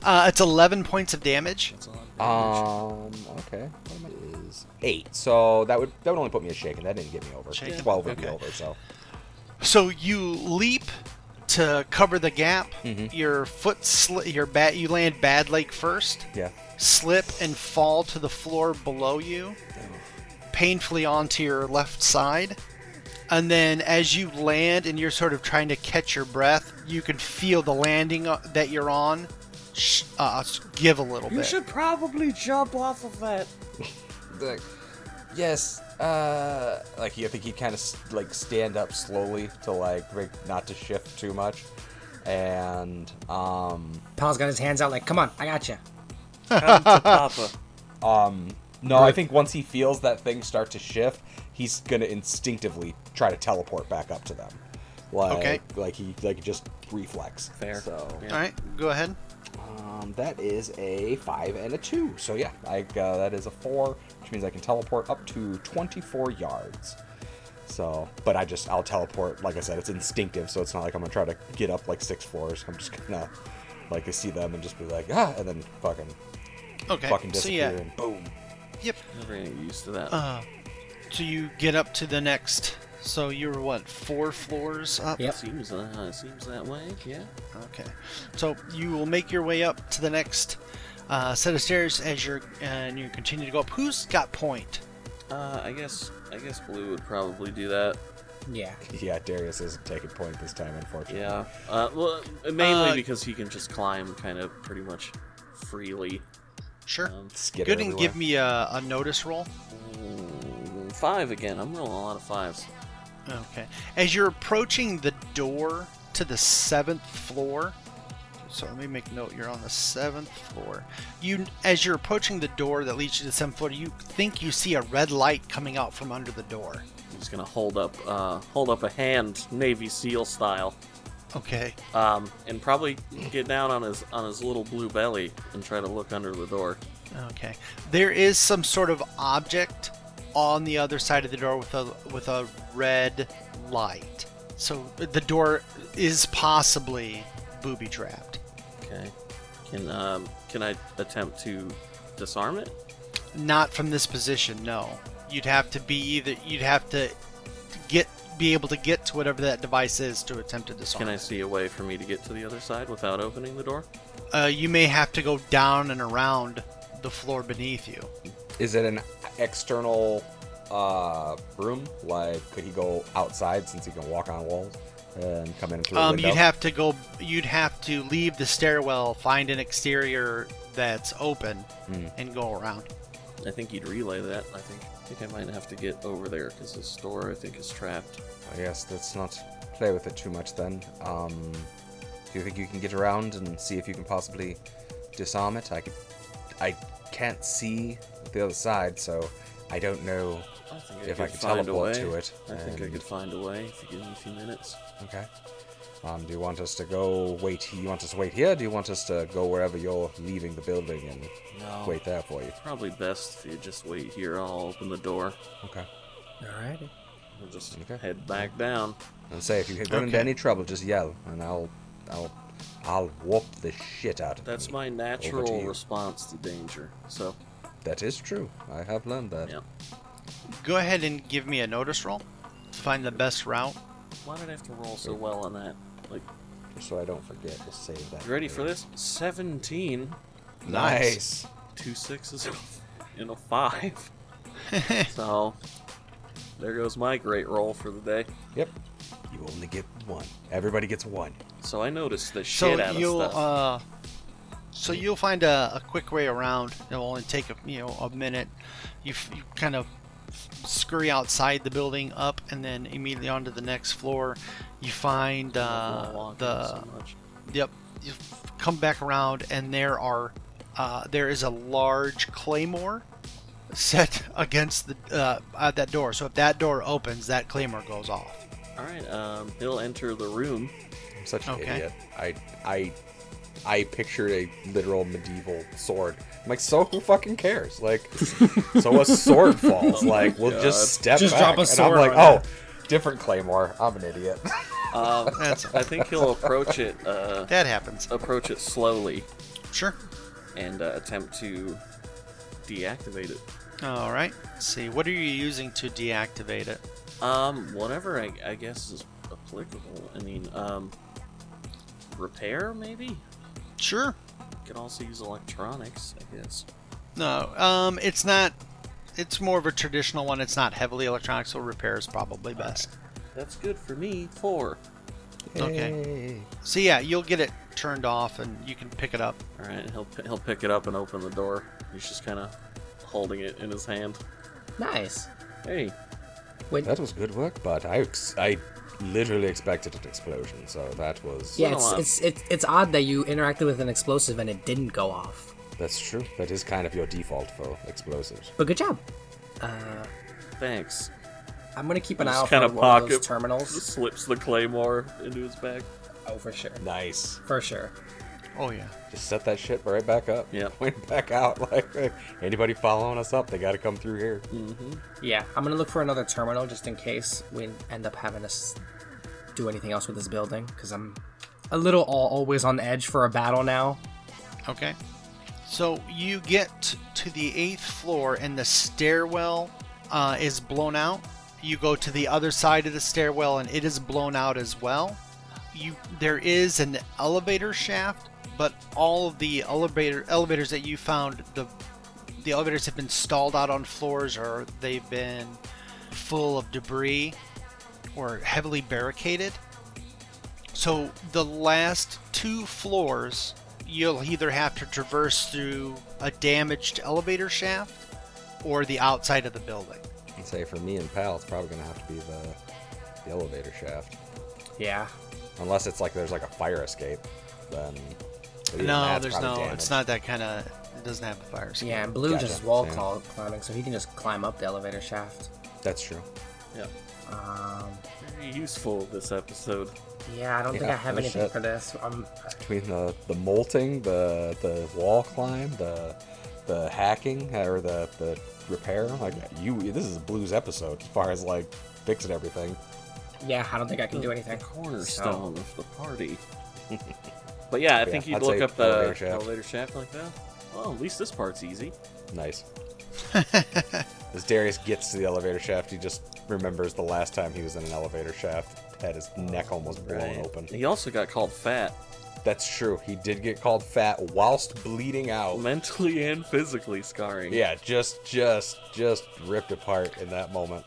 S2: Uh, it's 11 points of damage.
S5: um okay, what am I, is eight. So that would that would only put me a shake and that didn't get me over.
S2: Shake.
S5: Twelve would be
S2: Okay.
S5: over. So
S2: So you leap to cover the gap.
S5: Mm-hmm.
S2: Your foot, sli- your bat, you land bad leg first.
S5: yeah,
S2: slip and fall to the floor below you, painfully onto your left side. And then as you land and you're sort of trying to catch your breath, you can feel the landing uh, that you're on sh- uh, give a little
S4: You
S2: bit.
S4: should probably jump off of that.
S5: Like, yes, uh, like I think he kind of like stand up slowly to like make- not to shift too much, and um,
S3: Pal's got his hands out, like, come on, I got you.
S4: Come to Papa.
S5: no, I think once he feels that thing start to shift, he's gonna instinctively try to teleport back up to them, like
S2: Okay.
S5: like he like just reflex.
S4: Fair.
S5: So
S4: Yeah.
S2: All right, go ahead.
S5: um, that is a five and a two. So yeah, I uh, that is a four, which means I can teleport up to 24 yards. So, but I just I'll teleport. Like I said, it's instinctive, so it's not like I'm gonna try to get up like six floors. I'm just gonna like I see them and just be like ah, and then fucking
S2: Okay.
S5: fucking
S2: so
S5: disappear
S2: yeah.
S5: and boom.
S2: Yep.
S4: Never gonna get used to that.
S2: Uh. So you get up to the next. So you were what four floors up?
S3: Yep.
S4: seems uh, seems that way. Yeah.
S2: Okay. So you will make your way up to the next uh, set of stairs as you're and you continue to go up. Who's got point?
S4: Uh, I guess I guess Blue would probably do that.
S3: Yeah.
S5: Yeah, Darius isn't taking point this time, unfortunately.
S4: Yeah. Uh, well, mainly
S2: Uh,
S4: because he can just climb kind of pretty much freely.
S2: Sure.
S4: Um,
S5: Skid
S2: Go ahead and give me a, a notice roll.
S4: mm, five again. I'm rolling a lot of fives.
S2: Okay. As you're approaching the door to the seventh floor, so let me make note. You're on the seventh floor. You, as you're approaching the door that leads you to the seventh floor, you think you see a red light coming out from under the door.
S4: I'm just gonna hold up uh, hold up a hand, Navy SEAL style,
S2: Okay.
S4: um, and probably get down on his on his little blue belly and try to look under the door.
S2: Okay. There is some sort of object on the other side of the door with a with a red light. So the door is possibly booby trapped.
S4: Okay. Can um, can I attempt to disarm it?
S2: Not from this position, no. You'd have to be either you'd have to get be able to get to whatever that device is to attempt to disarm.
S4: Can I
S2: it.
S4: see a way for me to get to the other side without opening the door?
S2: Uh, you may have to go down and around the floor beneath you.
S5: Is it an external uh, room? Like, could he go outside since he can walk on walls and come in through a
S2: Um,
S5: window?
S2: you'd have to go. You'd have to leave the stairwell, find an exterior that's open,
S4: Hmm.
S2: and go around.
S4: I think you'd relay that. I think I think I might have to get over there because this door I think is trapped.
S5: I guess let's not play with it too much then. Um, do you think you can get around and see if you can possibly disarm it? I could, I can't see the other side, so I don't know.
S4: I think
S5: If
S4: could
S5: I could
S4: find a
S5: teleport
S4: way.
S5: to it,
S4: I think I
S5: and-
S4: could find a way if you give me a few minutes.
S5: Okay. Um, do you want us to go wait? You want us to wait here? Do you want us to go wherever you're leaving the building and
S4: No.
S5: wait there for you?
S4: Probably best if you just wait here. I'll open the door.
S5: Okay.
S3: Alrighty.
S4: We'll just
S5: Okay.
S4: head back down.
S5: And say if you get into
S2: Okay.
S5: any trouble, just yell, and I'll, I'll, I'll whoop the shit out of
S4: That's
S5: you.
S4: my
S5: Over to
S4: natural
S5: you.
S4: response to danger. So,
S5: That is true. I have learned that.
S4: yeah.
S2: Go ahead and give me a notice roll. Find the best route.
S4: Why did I have to roll so well on that? Like,
S5: So I don't forget to save that.
S4: you ready for this? 17,
S5: Nice.
S4: two sixes, and a five. so, there goes my great roll for the day.
S5: Yep. You only get one. Everybody gets one.
S4: So I noticed the shit
S2: So
S4: out
S2: you'll
S4: of stuff.
S2: uh, so you'll find a, a quick way around. It'll only take a, you know a minute. You, f- you kind of scurry outside the building up and then immediately onto the next floor. You find
S4: Love not
S2: uh,
S4: walking
S2: the
S4: so much.
S2: Yep. You come back around, and there are uh, there is a large claymore set against the uh, at that door. So if that door opens, that claymore goes off.
S4: All right, um, he'll enter the room.
S5: I'm such an
S2: Okay.
S5: idiot. I, I, I pictured a literal medieval sword. I'm like, so who fucking cares? Like, so a sword falls. Like, we'll just step
S3: Just
S5: back.
S3: drop a sword
S5: And I'm like,
S3: on
S5: oh,
S3: it.
S5: different claymore. I'm an idiot.
S4: Um,
S2: That's
S4: I think he'll approach it. Uh,
S2: that happens.
S4: approach it slowly
S2: Sure.
S4: and uh, attempt to deactivate it.
S2: All right. Let's see, what are you using to deactivate it?
S4: Um, whatever I, I guess is applicable. I mean, um, repair maybe.
S2: Sure.
S4: Could also use electronics, I guess.
S2: No. Um. It's not. It's more of a traditional one. It's not heavily electronic, so repair is probably best.
S4: That's good for me. Four.
S2: Okay. So yeah, you'll get it turned off and you can pick it up.
S4: All right, he'll he'll pick it up and open the door. He's just kind of holding it in his hand.
S3: Nice.
S4: Hey,
S3: Wait,
S5: That was good work, but I ex- I literally expected an explosion, so that was
S3: yeah,
S4: been a
S3: it's,
S4: while.
S3: it's it's it's odd that you interacted with an explosive and it didn't go off.
S5: that's true. That is kind of your default for explosives.
S3: But good job.
S4: thanks.
S3: I'm gonna keep an eye
S4: Just
S3: out
S4: kind
S3: for
S4: of
S3: one of
S4: pocket
S3: those terminals.
S4: Slips the claymore into his bag.
S3: Oh, for sure.
S5: Nice.
S3: For sure.
S2: Oh yeah.
S5: Just set that shit right back up.
S4: Yeah.
S5: Point it back out. Like like, anybody following us up, they got to come through here.
S3: Yeah, I'm gonna look for another terminal just in case we end up having to s- do anything else with this building because I'm a little all, always on edge for a battle now.
S2: Okay. So you get to the eighth floor and the stairwell uh, is blown out. You go to the other side of the stairwell and it is blown out as well. You there is an elevator shaft, but all of the elevator elevators that you found the the elevators have been stalled out on floors or they've been full of debris or heavily barricaded. So the last two floors, you'll either have to traverse through a damaged elevator shaft or the outside of the building.
S5: I'd say for me and pal, it's probably gonna have to be the the elevator shaft,
S3: Yeah.
S5: unless it's like there's like a fire escape. Then but even
S2: no,
S5: that's
S2: there's no.
S5: probably
S2: It's
S5: damaged.
S2: not that kind of. It doesn't have a fire escape.
S3: Yeah, and Blue
S5: Gotcha.
S3: just wall
S5: Yeah.
S3: call climbing, so he can just climb up the elevator shaft.
S5: That's true.
S4: Yeah,
S3: Um,
S4: very useful this episode.
S3: yeah, I don't think
S5: Yeah,
S3: I have
S5: no
S3: anything
S5: shit.
S3: for this. Um,
S5: between the the molting, the the wall climb, the the hacking or the the repair. Like you, this is a blues episode as far as like fixing everything.
S3: yeah, I don't think I can do
S4: The
S3: anything.
S4: cornerstone of the party. but yeah, I think you'd
S5: I'd
S4: look
S5: say
S4: up the
S5: elevator
S4: elevator shaft.
S5: shaft.
S4: like that. Well, at least this part's easy.
S5: Nice. as Darius gets to the elevator shaft, he just remembers the last time he was in an elevator shaft, had his neck almost blown
S4: Right.
S5: open.
S4: He also got called fat,
S5: That's true. He did get called fat whilst bleeding
S4: Oh
S5: out.
S4: mentally and physically scarring.
S5: Oh. Yeah, just just just ripped apart in that moment.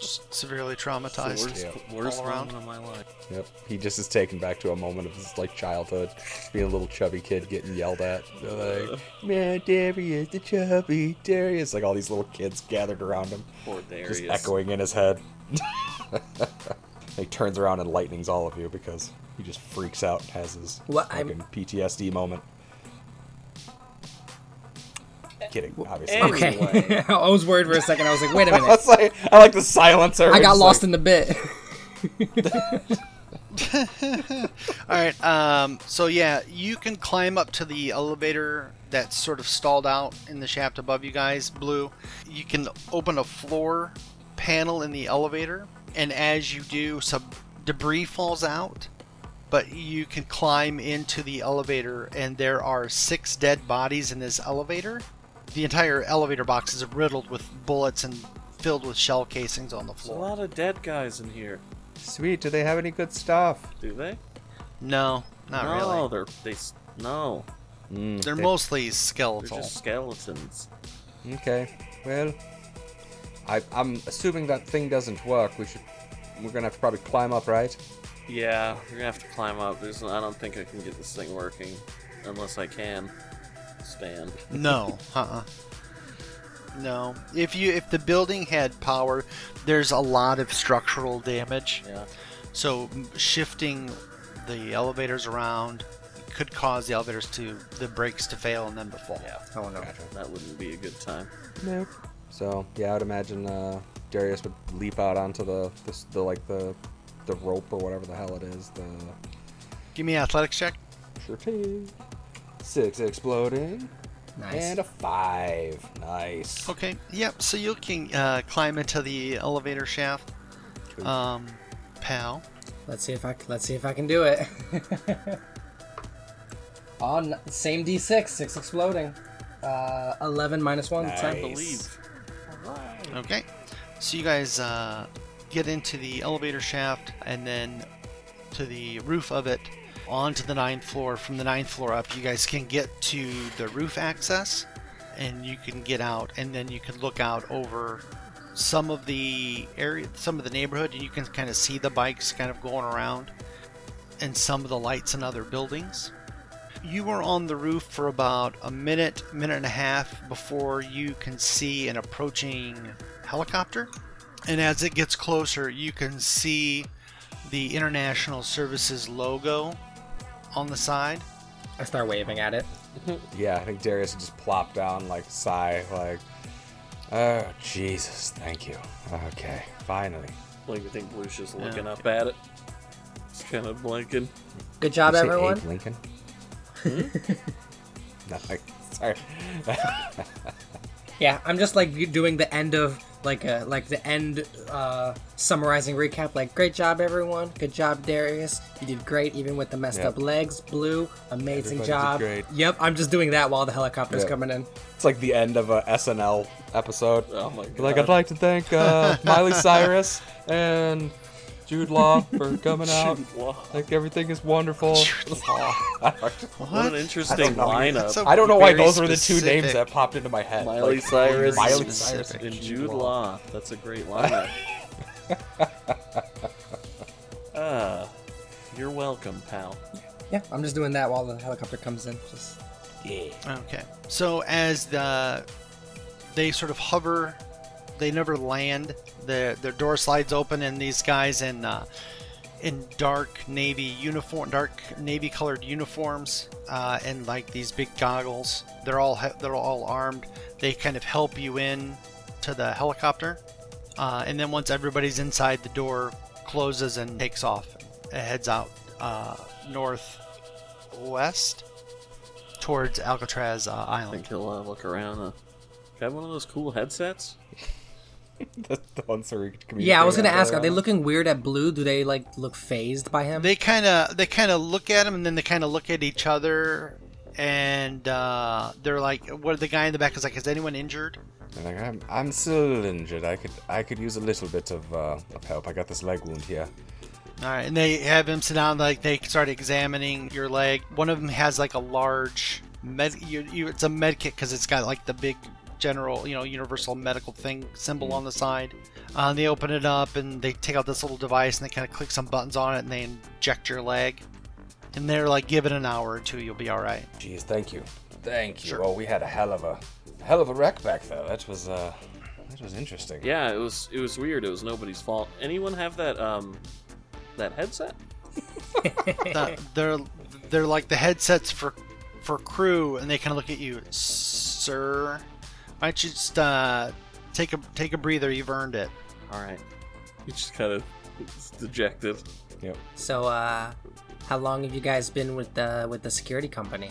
S2: Just severely
S4: The
S2: traumatized.
S4: worst,
S5: Yeah.
S4: worst
S2: All around.
S4: moment of my life.
S5: Yep. He just is taken back to a moment of his like childhood, being a little chubby kid getting yelled at. They're like, man, Darius, the chubby Darius, like all these little kids gathered around him,
S4: Poor Darius.
S5: just echoing in his head. he turns around and lightnings all of you because he just freaks out and has his
S3: Well, I'm-
S5: fucking PTSD moment. Kidding, obviously.
S4: Anyway.
S3: Okay. I was worried for a second. I was like, wait a
S5: I,
S3: minute.
S5: was like, I like the silence.
S3: I got lost in the bit.
S2: All right. Um, so yeah, you can climb up to the elevator that's sort of stalled out in the shaft above you guys. Blue, you can open a floor panel in the elevator, and as you do, some debris falls out. But you can climb into the elevator, and there are six dead bodies in this elevator. The entire elevator box is riddled with bullets and filled with shell casings on the
S4: There's a
S2: floor.
S4: lot of dead guys in here.
S5: Sweet, do they have any good stuff?
S4: Do they?
S2: No, not
S4: no,
S2: really.
S4: they're they s- no.
S2: They're
S5: they-
S2: mostly
S4: They're
S2: skeletal.
S4: just skeletons.
S5: Okay. Well, I, I'm assuming that thing doesn't work. We should. We're gonna have to probably climb up, right?
S4: Yeah, you're gonna have to climb up. There's I don't think I can get this thing working unless I can stand.
S2: No, uh-uh. No. If you if the building had power, there's a lot of structural damage.
S4: Yeah.
S2: So m- shifting the elevators around could cause the elevators to the brakes to fail and then to fall.
S4: Yeah.
S3: Oh no.
S4: That wouldn't be a good time.
S5: Nope. So yeah, I'd imagine uh, Darius would leap out onto the, the s- the like the the rope or whatever the hell it is. The
S2: Give me an athletics check.
S5: sure thing. Six exploding
S3: Nice.
S5: and a five. Nice.
S2: Okay. Yep. So you can uh, climb into the elevator shaft,
S5: Cool.
S2: um, pal.
S3: Let's see if I c- let's see if I can do it. On same D6, six exploding. Uh, eleven minus one.
S5: Nice.
S3: ten.
S4: I believe.
S2: Okay. So you guys uh, get into the elevator shaft and then to the roof of it onto the ninth floor. From the ninth floor up, you guys can get to the roof access and you can get out and then you can look out over some of the area, some of the neighborhood, and you can kind of see the bikes kind of going around, and some of the lights in other buildings. You were on the roof for about a minute, minute and a half before you can see an approaching helicopter. And as it gets closer, you can see the International Services logo on the side.
S3: I start waving at it.
S5: Yeah, I think Darius just plopped down, like sigh, like, oh Jesus, thank you. Okay, finally.
S4: Like I think Blue's just looking up at it. It's kind of blinking.
S3: Good job,
S5: Did you say
S3: everyone. Hmm?
S5: Abe Lincoln. no, I, sorry.
S3: Yeah, I'm just like doing the end of like a like the end uh summarizing recap like great job everyone. Good job Darius. You did great even with the messed
S5: Yep.
S3: up legs. Blue, amazing
S5: Everybody did
S3: job.
S5: great.
S3: Yep, I'm just doing that while the helicopter's
S5: Yep.
S3: coming in.
S5: It's like the end of a SNL
S3: Uh,
S5: episode.
S4: Oh my god!
S5: Like I'd like to thank uh, Miley Cyrus and Jude Law for coming out.
S4: Wow.
S5: Like everything is wonderful.
S4: What an interesting lineup.
S2: That's a
S5: I don't know why
S2: very
S5: those were the two names
S2: specific-
S5: that popped into my head.
S4: Miley
S5: Like,
S4: Cyrus.
S5: Miley Cyrus
S2: Specific.
S4: and Jude Law. That's a great lineup. uh, you're welcome, pal.
S3: Yeah, I'm just doing that while the helicopter comes in. Just
S5: Yeah.
S2: Okay. So as the they sort of hover, they never land. Their their door slides open, and these guys in uh, in dark navy uniform, dark navy colored uniforms, uh, and like these big goggles. They're all he- they're all armed. They kind of help you in to the helicopter, uh, and then once everybody's inside, the door closes and takes off. It heads out uh, northwest towards Alcatraz uh,
S4: I
S2: Island.
S4: think he'll uh, look around. Uh, can I have one of those cool headsets?
S5: the, the ones that we
S3: Yeah, I was going to
S5: communicated
S3: ask are they
S5: around.
S3: looking weird at Blue? Do they like look phased by him?
S2: They kind of they kind of look at him, and then they kind of look at each other, and uh, they're like, "What?" The guy in the back is like, "Is anyone injured?"
S5: And Like, I'm, I'm still injured. I could I could use a little bit of, uh, of help. I got this leg wound here.
S2: All right, and they have him sit down. Like they start examining your leg. One of them has like a large med. You, you, it's a med kit because it's got like the big general, you know, universal medical thing symbol on the side. Uh, and they open it up and they take out this little device and they kind of click some buttons on it and they inject your leg. And they're like, give it an hour or two, you'll be all right.
S5: Jeez, thank you, thank you.
S2: Sure.
S5: Oh, we had a hell of a hell of a wreck back there. That was uh, that was interesting.
S4: Yeah, it was. It was weird. It was nobody's fault. Anyone have that um, that headset?
S2: The- they're they're like the headsets for for crew, and they kind of look at you, sir. Why don't you just uh, take a take a breather? You've earned it.
S4: All right. He just kind of dejected.
S5: Yep.
S3: So uh how long have you guys been with the with the security company?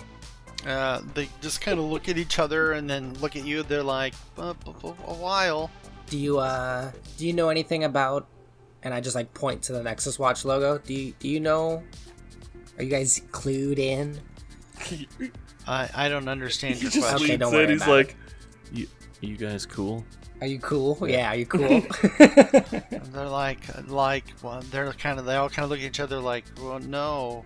S2: Uh, they just kind of look at each other and then look at you. They're like, "Uh, b- b- a while.
S3: Do you uh do you know anything about and I just like point to the Nexus Watch logo. Do you do you know are you guys clued in?
S2: I, I don't understand
S4: He
S2: your
S4: just
S2: question.
S3: Okay,
S4: leans
S3: don't
S4: in.
S3: worry
S4: He's
S3: about it.
S4: like, you, "You guys cool?"
S3: Are you cool? Yeah, are you cool?
S2: They're like, uh, like, well, they're kind of, they all kind of look at each other like, well, no,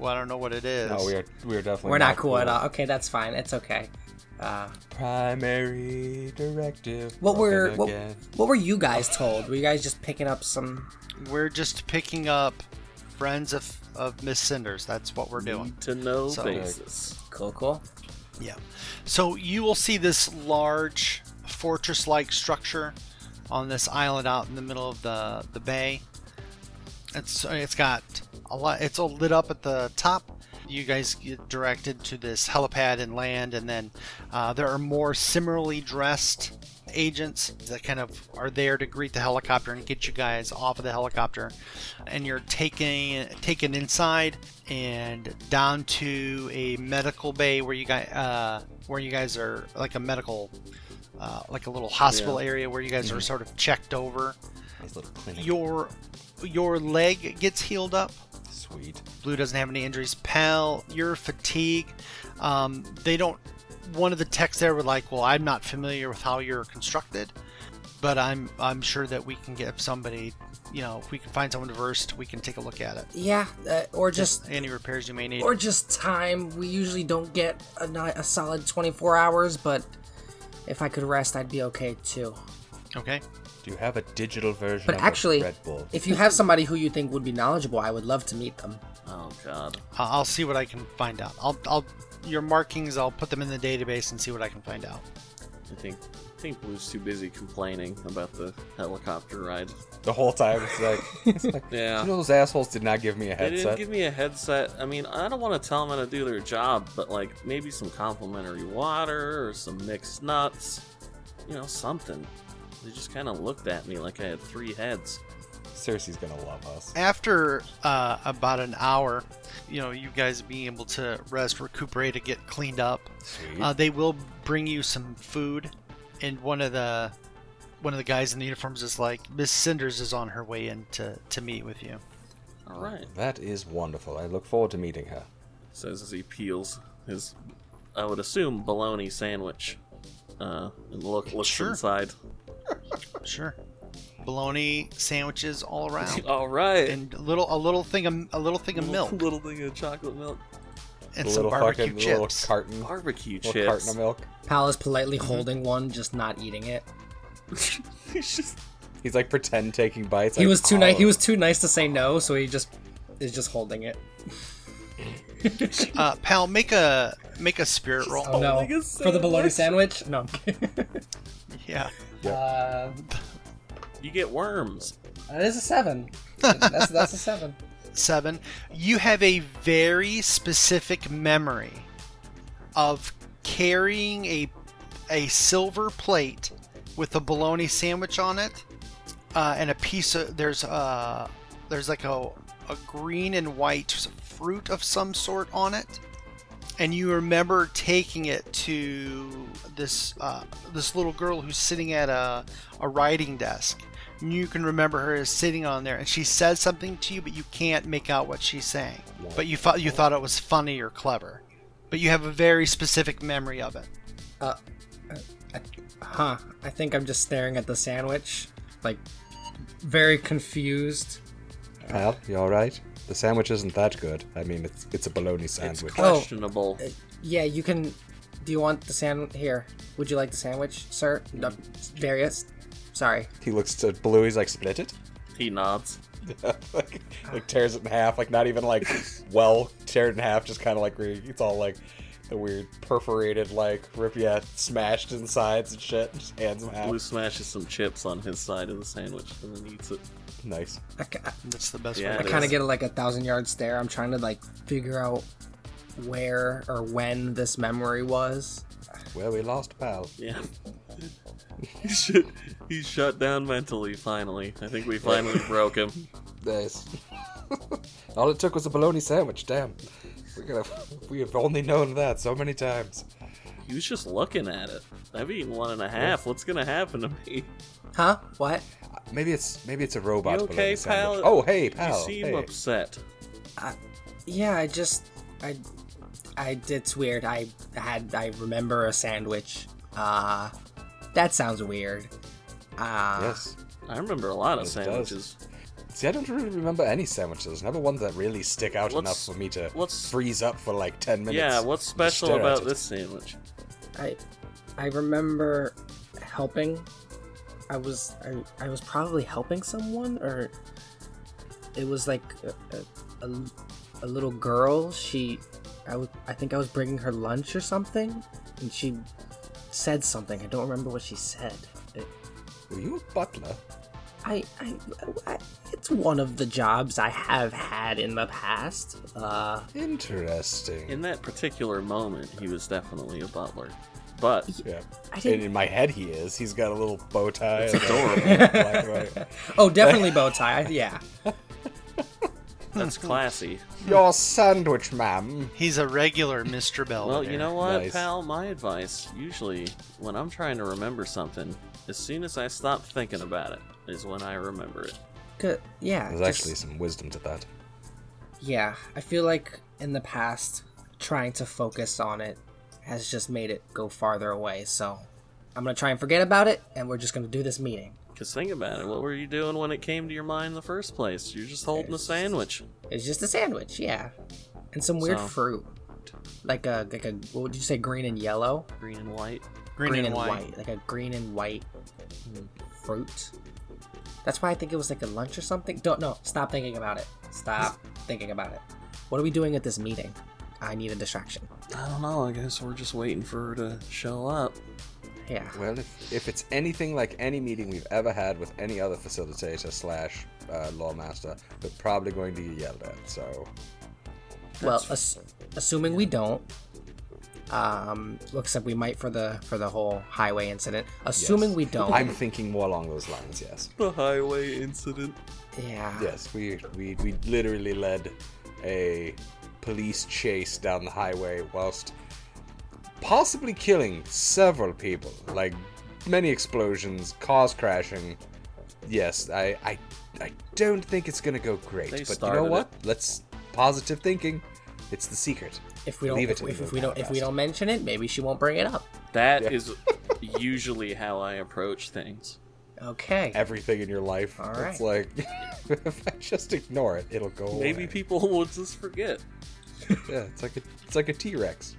S2: well, I don't know what it is.
S5: No, Oh, we are we are definitely
S3: We're not cool at all. Okay, that's fine. It's okay. Uh,
S5: Primary directive.
S3: what were
S5: broken
S3: what,
S5: again.
S3: what were you guys told? Were you guys just picking up some
S2: We're just picking up friends of of Miss Cinders. That's what we're doing.
S4: Need to know
S2: So-
S4: basis.
S3: cool cool?
S2: Yeah. So you will see this large fortress like structure on this island out in the middle of the, the bay. It's it's got a lot it's all lit up at the top. You guys get directed to this helipad and land and then uh, there are more similarly dressed agents that kind of are there to greet the helicopter and get you guys off of the helicopter and you're taken taken inside and down to a medical bay where you guys uh, where you guys are like a medical uh, like a little hospital area where you guys are sort of checked over
S5: His little clinic.
S2: your your leg gets healed up
S5: Sweet.
S2: Blue doesn't have any injuries. Pal, your fatigue. Um, they don't. One of the techs there were like, "Well, I'm not familiar with how you're constructed, but I'm I'm sure that we can get somebody. You know, if we can find someone versed, we can take a look at it.
S3: Yeah, uh, or just
S2: Any repairs you may need.
S3: or just time. We usually don't get a, ni- a solid 24 hours, but if I could rest, I'd be okay too.
S2: Okay.
S5: Do you have a digital version
S3: But
S5: of a
S3: actually,
S5: Red Bull?
S3: if you have somebody who you think would be knowledgeable, I would love to meet them.
S4: Oh god.
S2: I- I'll see what I can find out. I'll, I'll your markings. I'll put them in the database and see what I can find out.
S4: I think I think Blue's too busy complaining about the helicopter ride.
S5: the whole time it's like, it's like
S4: Yeah.
S5: you know those assholes did not give me a
S4: They didn't
S5: headset.
S4: give me a headset. I mean, I don't want to tell them how to do their job, but like maybe some complimentary water or some mixed nuts, you know, something. They just kind of looked at me like I had three heads.
S5: Cersei's gonna love us.
S2: After uh, about an hour, you know, you guys being able to rest, recuperate, and get cleaned up,
S5: Sweet.
S2: uh, they will bring you some food. And one of the one of the guys in the uniforms is like, Miss Cinders is on her way in to, to meet with you.
S4: All right,
S5: that is wonderful. I look forward to meeting her.
S4: says as he peels his, I would assume bologna sandwich, uh, and look looks
S2: Sure.
S4: inside.
S2: Sure, bologna sandwiches all around,
S4: All right,
S2: and little a little thing of, a little thing of
S4: Little-
S2: milk
S4: little thing of chocolate milk,
S2: and
S5: The
S2: some
S5: little
S2: barbecue
S5: fucking little
S2: chips.
S5: carton,
S4: barbecue
S5: little
S4: chips.
S5: carton of milk.
S3: Pal is politely holding one, just not eating it.
S4: He's just-
S5: He's like pretend taking bites.
S3: He
S5: like,
S3: was too
S5: oh,
S3: nice. He was too nice to say no, so he just is just holding it.
S2: Uh, pal, make a make a spirit roll.
S3: Oh no!
S4: holding a
S3: For the bologna sandwich? No.
S2: Yeah.
S3: uh,
S4: you get worms.
S3: that is a seven. That's that's a seven.
S2: seven, you have a very specific memory of carrying a a silver plate with a bologna sandwich on it, uh, and a piece of there's uh there's like a a green and white fruit of some sort on it, and you remember taking it to this uh, this little girl who's sitting at a a writing desk and you can remember her as sitting on there and she says something to you but you can't make out what she's saying but you thought you thought it was funny or clever but you have a very specific memory of it
S3: Huh. I think I'm just staring at the sandwich, like very confused.
S5: Pal, you all right? The sandwich isn't that good. I mean, it's it's a bologna
S4: It's
S5: sandwich.
S2: Oh.
S4: questionable.
S3: Yeah, you can. Do you want the sand here? Would you like the sandwich, sir? No, Darius. Sorry.
S5: He looks to Blue. He's like, split it.
S4: He nods.
S5: like, like tears it in half. Like not even like well teared in half. Just kind of like re- it's all like the weird perforated like rip yeah smashed insides and shit. Just hands them
S4: Blue
S5: out.
S4: smashes some chips on his side of the sandwich and then eats it.
S5: Nice.
S3: I, ca-
S2: And that's the best way
S4: Yeah, it
S2: to
S3: kind
S4: is.
S3: of get like a thousand yard stare. I'm trying to like figure out where or when this memory was.
S5: Where we lost pal.
S4: Yeah. he should, he's shut down mentally finally. I think we finally broke him.
S5: Nice. all it took was a bologna sandwich. Damn. We're gonna. We have only known that so many times.
S4: He was just looking at it. I've eaten one and a half. What's gonna happen to me?
S3: Huh? What?
S5: Maybe it's maybe it's a robot.
S4: You okay,
S5: bologna sandwich.
S4: pal?
S5: Oh hey
S4: You
S5: pal.
S4: seem
S5: hey.
S4: upset.
S3: Yeah, I just I I it's weird. I had I remember a sandwich. Uh that sounds weird. Uh
S5: Yes.
S4: I remember a lot of
S5: It does.
S4: sandwiches.
S5: See, I don't really remember any sandwiches. There's never ones that really stick out enough
S4: What's-
S5: for me to
S4: what's-
S5: freeze up for like ten minutes.
S4: Yeah, what's
S5: Just
S4: special
S5: stare at
S4: about
S5: it.
S4: this sandwich?
S3: I I remember helping. I was I, I was probably helping someone or it was like a, a, a little girl. She I was I think I was bringing her lunch or something and she said something. I don't remember what she said. It,
S5: Were you a butler?
S3: I, I, I it's one of the jobs I have had in the past. Uh
S5: Interesting.
S4: In that particular moment, he was definitely a butler. But
S5: yeah.
S3: I
S5: And
S3: didn't
S5: in my head, he is. He's got a little bow tie. It's
S4: adorable.
S3: Oh, definitely bow tie. Yeah.
S4: that's classy.
S5: Your sandwich, ma'am.
S2: he's a regular mr bell
S4: Well, you know what,
S5: Nice.
S4: pal? My advice, usually, when I'm trying to remember something, as soon as I stop thinking about it, is when I remember it.
S3: Good. Yeah.
S5: There's
S3: just-
S5: actually some wisdom to that.
S3: Yeah, I feel like in the past, trying to focus on it has just made it go farther away. So I'm gonna try and forget about it, and we're just gonna do this meeting.
S4: Because think about it, what were you doing when it came to your mind in the first place? You're just holding a sandwich.
S3: It's just a sandwich, yeah, and some weird
S4: So-
S3: fruit, like a like a what would you say, green and yellow,
S4: Green and white.
S2: green, and, white.
S3: like a green and white mm, fruit. That's why I think it was like a lunch or something. Don't know. Stop thinking about it. Stop thinking about it. What are we doing at this meeting? I need a distraction.
S4: I don't know. I guess we're just waiting for her to show up.
S3: Yeah.
S5: Well, if, if it's anything like any meeting we've ever had with any other facilitator slash uh, lawmaster, we're probably going to get yelled at. So
S3: well, ass- assuming we don't, um, looks like we might for the for the whole highway incident. Assuming we don't,
S5: I'm thinking more along those lines. Yes.
S4: The highway incident.
S3: yeah,
S5: Yes. We we we literally led a police chase down the highway whilst possibly killing several people. Like many explosions, cars crashing. Yes, I I, I don't think it's gonna go great.
S4: They
S5: but you
S4: started
S5: know
S4: it.
S5: what? Let's positive thinking. It's the secret.
S3: if we don't,
S5: Leave it
S3: if,
S5: to
S3: if,
S5: the
S3: we don't, if we
S5: podcast.
S3: don't mention it, maybe she won't bring it up.
S4: That
S5: Yeah.
S4: is usually how I approach things.
S3: Okay.
S5: everything in your life.
S3: All
S5: It's like if I just ignore it, it'll go away.
S4: Maybe people will just forget.
S5: Yeah, it's like a it's like a T Rex.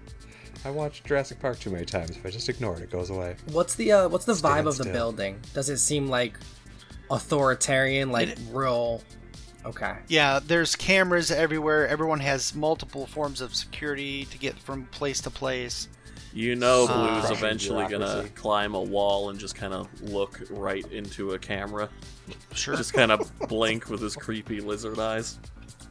S5: I watched Jurassic Park too many times. If I just ignore it, it goes away.
S3: What's the uh, what's the vibe
S5: Stand
S3: of the
S5: still.
S3: building? Does it seem like authoritarian, like real? Okay.
S2: Yeah, there's cameras everywhere. Everyone has multiple forms of security to get from place to place.
S4: You know,
S2: Uh,
S4: Blue's
S5: Russian
S4: eventually gonna
S5: bureaucracy.
S4: climb a wall and just kind of look right into a camera.
S2: Sure.
S4: Just kind of blink with his creepy lizard eyes.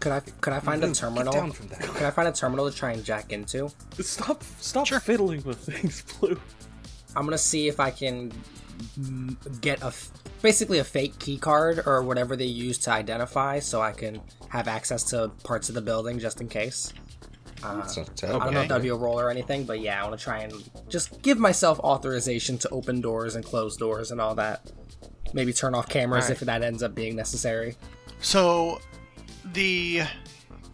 S3: Could I could I find a
S5: Get
S3: terminal?
S5: Mm-hmm. down from that.
S3: Could I find a terminal to try and jack into?
S4: Stop! Stop fiddling with things, Blue.
S3: I'm gonna see if I can mm, get a f- basically a fake key card or whatever they use to identify, so I can have access to parts of the building just in case.
S5: It's not terrible.
S3: Uh, I don't know if that'd be a roll or anything, but yeah, I want to try and just give myself authorization to open doors and close doors and all that. Maybe turn off cameras if that ends up being necessary.
S2: So the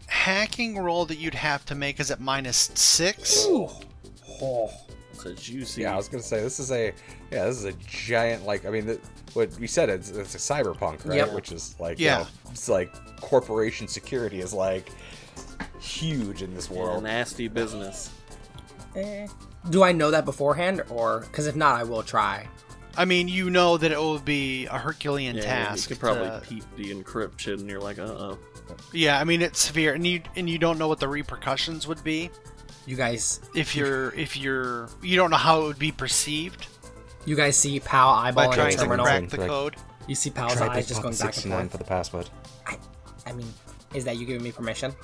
S2: hacking roll that you'd have to make is at minus six.
S3: Oh,
S4: It's a juicy.
S5: Yeah, I was gonna say this is a yeah, this is a giant like I mean the, what we said it's, it's a cyberpunk right,
S3: Yep.
S5: which is like
S2: Yeah.
S5: you know, it's like corporation security is like huge in this world.
S4: nasty business.
S3: eh. Do I know that beforehand, or because if not, I will try.
S2: I mean, you know that it will be a Herculean
S4: Yeah, you
S2: task.
S4: could probably
S5: uh,
S2: to-
S4: peep the encryption, and you're like, uh oh.
S2: yeah, I mean it's severe, and you and you don't know what the repercussions would be
S3: You guys,
S2: if you're if you're you don't know how it would be perceived
S3: you guys see
S2: by
S3: Pal eyeballing
S2: trying
S3: the
S2: to
S3: terminal.
S2: crack the
S5: Like-
S2: code.
S3: You see Pal's
S5: Try
S3: eyes
S5: this
S3: just
S5: pop
S3: going back and
S5: 69
S3: forth.
S5: for the password.
S3: I mean, is that you giving me permission?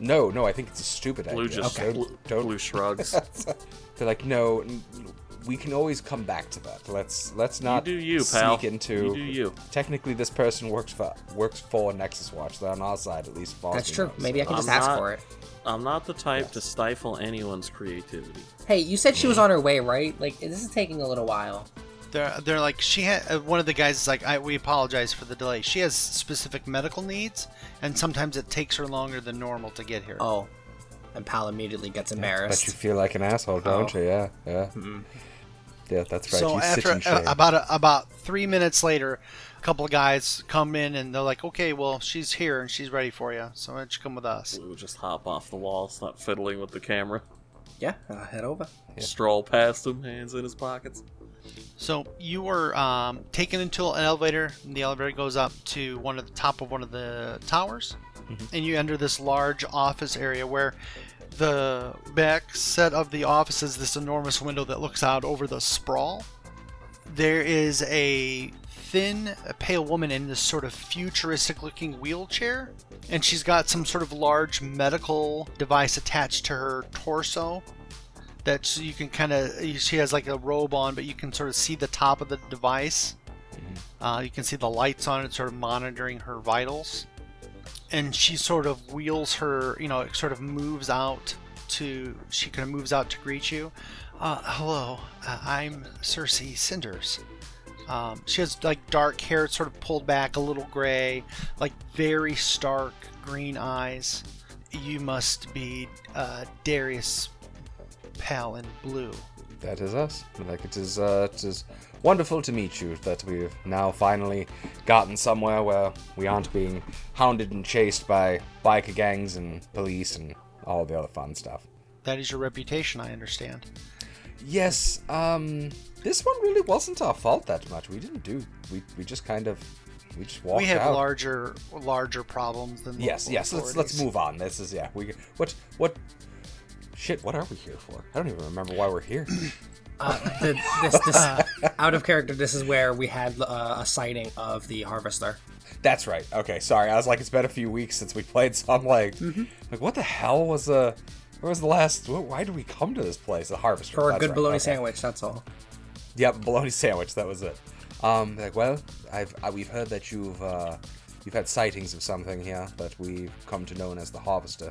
S5: No, no, I think it's a stupid
S4: Blue
S5: idea.
S4: just
S5: Don't-
S4: Blue,
S5: don't
S4: Blue shrugs.
S5: They're like, no, n- we can always come back to that. Let's let's not
S4: do you,
S5: sneak
S4: pal.
S5: into.
S4: You do you.
S5: Technically, this person works for works for Nexus Watch. They're on our side, at least.
S3: That's true. Maybe I can
S4: I'm
S3: just ask
S4: not-
S3: for it.
S4: I'm not the type to stifle anyone's creativity.
S3: Hey, you said she was on her way, right? Like this is taking a little while.
S2: They're, they're like she had uh, one of the guys is like I, we apologize for the delay she has specific medical needs and sometimes it takes her longer than normal to get here
S3: Oh, and Pal immediately gets
S5: But you
S3: embarrassed.
S5: feel like an asshole, don't you? Yeah, yeah.
S4: Mm-hmm.
S5: Yeah, that's right.
S2: so
S5: you sit
S2: after
S5: in
S2: uh,
S5: shame.
S2: about a, about three minutes later a couple of guys come in and they're like okay well she's here and she's ready for you so why don't you come with us
S4: Blue would just hop off the wall, stop fiddling with the camera,
S3: Yeah, I'll head over.
S4: stroll past him, hands in his pockets.
S2: so you were um, taken into an elevator and the elevator goes up to one of the top of one of the towers and you enter this large office area where the back set of the office is this enormous window that looks out over the sprawl. There is a thin, a pale woman in this sort of futuristic looking wheelchair, and she's got some sort of large medical device attached to her torso that she- you can kind of she has like a robe on but you can sort of see the top of the device uh, you can see the lights on it sort of monitoring her vitals and she sort of wheels her, you know, sort of moves out to, she kind of moves out to greet you. Uh, hello, uh, I'm Cersei Cinders. Um, she has like dark hair, it's sort of pulled back, a little gray, like very stark green eyes. You must be uh, Darius Pal in blue.
S5: That is us. Like it is, uh, it is wonderful to meet you. That we've now finally gotten somewhere where we aren't being hounded and chased by biker gangs and police and all the other fun stuff.
S2: That is your reputation, I understand.
S5: Yes, um, this one really wasn't our fault that much. We didn't do. We we just kind of We just walked
S2: we have
S5: out.
S2: larger larger problems than
S5: yes,
S2: local
S5: yes. Let's let's
S2: authorities.
S5: move on. This is yeah. We what what shit? What are we here for? I don't even remember why we're here.
S3: Uh, the, this, this, out of character, this is where we had uh, a sighting of the harvester.
S5: That's right. Okay, sorry. I was like, it's been a few weeks since we played, so I'm like,
S3: Mm-hmm.
S5: like what the hell was uh, where was the last? wh- Why did we come to this place? The harvester
S3: For a
S5: That's
S3: good
S5: right,
S3: bologna
S5: okay.
S3: sandwich, that's all.
S5: Yep, bologna sandwich. That was it. Um, like, well, I've I, we've heard that you've uh, you've had sightings of something here that we've come to known as the harvester.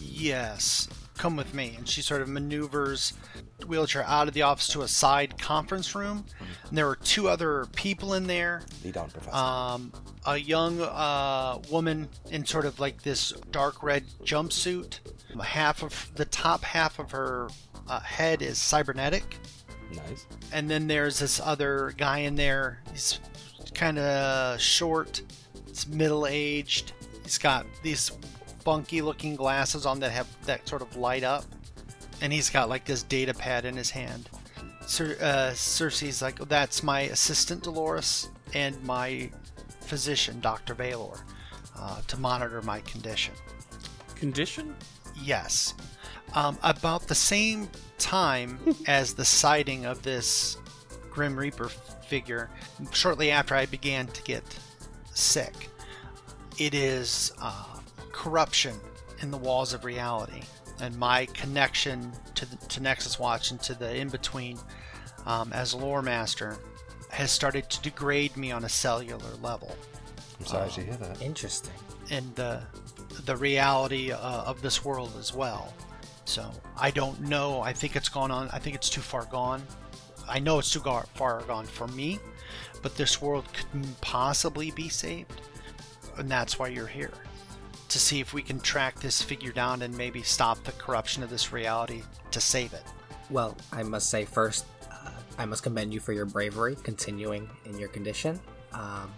S2: Yes, come with me. And she sort of maneuvers the wheelchair out of the office to a side conference room. And there were two other people in there.
S5: The Don Professor.
S2: Um, a young uh, woman in sort of like this dark red jumpsuit. Half of the top half of her uh, head is cybernetic.
S5: nice.
S2: and then there's this other guy in there. He's kind of short. He's middle aged. He's got these funky looking glasses on that have that sort of light up, and he's got like this data pad in his hand. Cer- uh, Cersei's like, "That's my assistant Dolores and my physician, Doctor Valor, uh, to monitor my condition."
S4: Condition?
S2: Yes. Um, about the same time as the sighting of this Grim Reaper figure, shortly after I began to get sick, it is uh, corruption in the walls of reality. And my connection to, the, to Nexus Watch and to the in between um, as lore master has started to degrade me on a cellular level
S5: I'm sorry to hear that.
S3: Interesting.
S2: and the the reality uh, of this world as well. So I don't know. I think it's gone on. I think it's too far gone. I know it's too gar- far gone for me, but this world couldn't possibly be saved, and that's why you're here to see if we can track this figure down and maybe stop the corruption of this reality to save it.
S3: Well, I must say first, uh, I must commend you for your bravery, continuing in your condition. Um,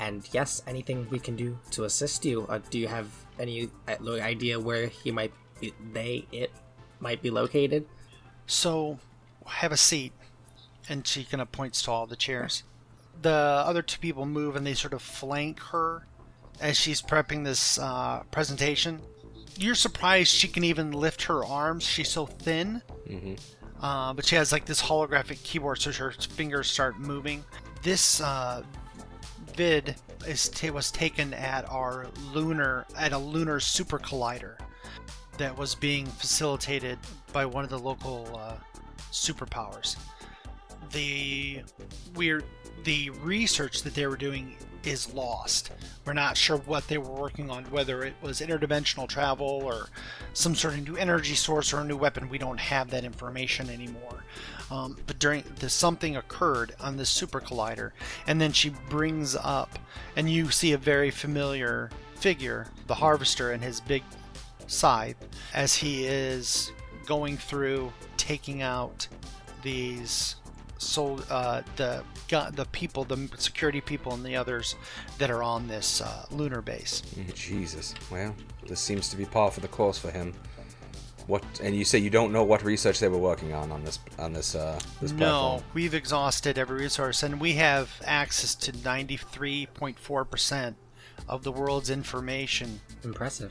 S3: and yes, anything we can do to assist you. Uh, do you have any uh, lo- idea where he might, be, they, it might be located?
S2: So, have a seat. And she kind of points to all the chairs. The other two people move and they sort of flank her as she's prepping this uh, presentation. You're surprised she can even lift her arms. She's so thin. Uh, but she has like this holographic keyboard, so her fingers start moving. This uh, vid is ta was taken at our lunar at a lunar super collider that was being facilitated by one of the local uh, superpowers. The we're the research that they were doing is lost. We're not sure what they were working on, whether it was interdimensional travel or some sort of new energy source or a new weapon. We don't have that information anymore. Um, but during the something occurred on this super collider, and then she brings up, and you see a very familiar figure, the Harvester, and his big scythe as he is going through taking out these so uh, the gu- the people the security people and the others that are on this uh, lunar base
S5: Jesus. Well, this seems to be par for the course for him. What? And you say you don't know what research they were working on on this on this uh, this
S2: no
S5: platform?
S2: we've exhausted every resource and we have access to 93.4% of the world's information
S3: Impressive.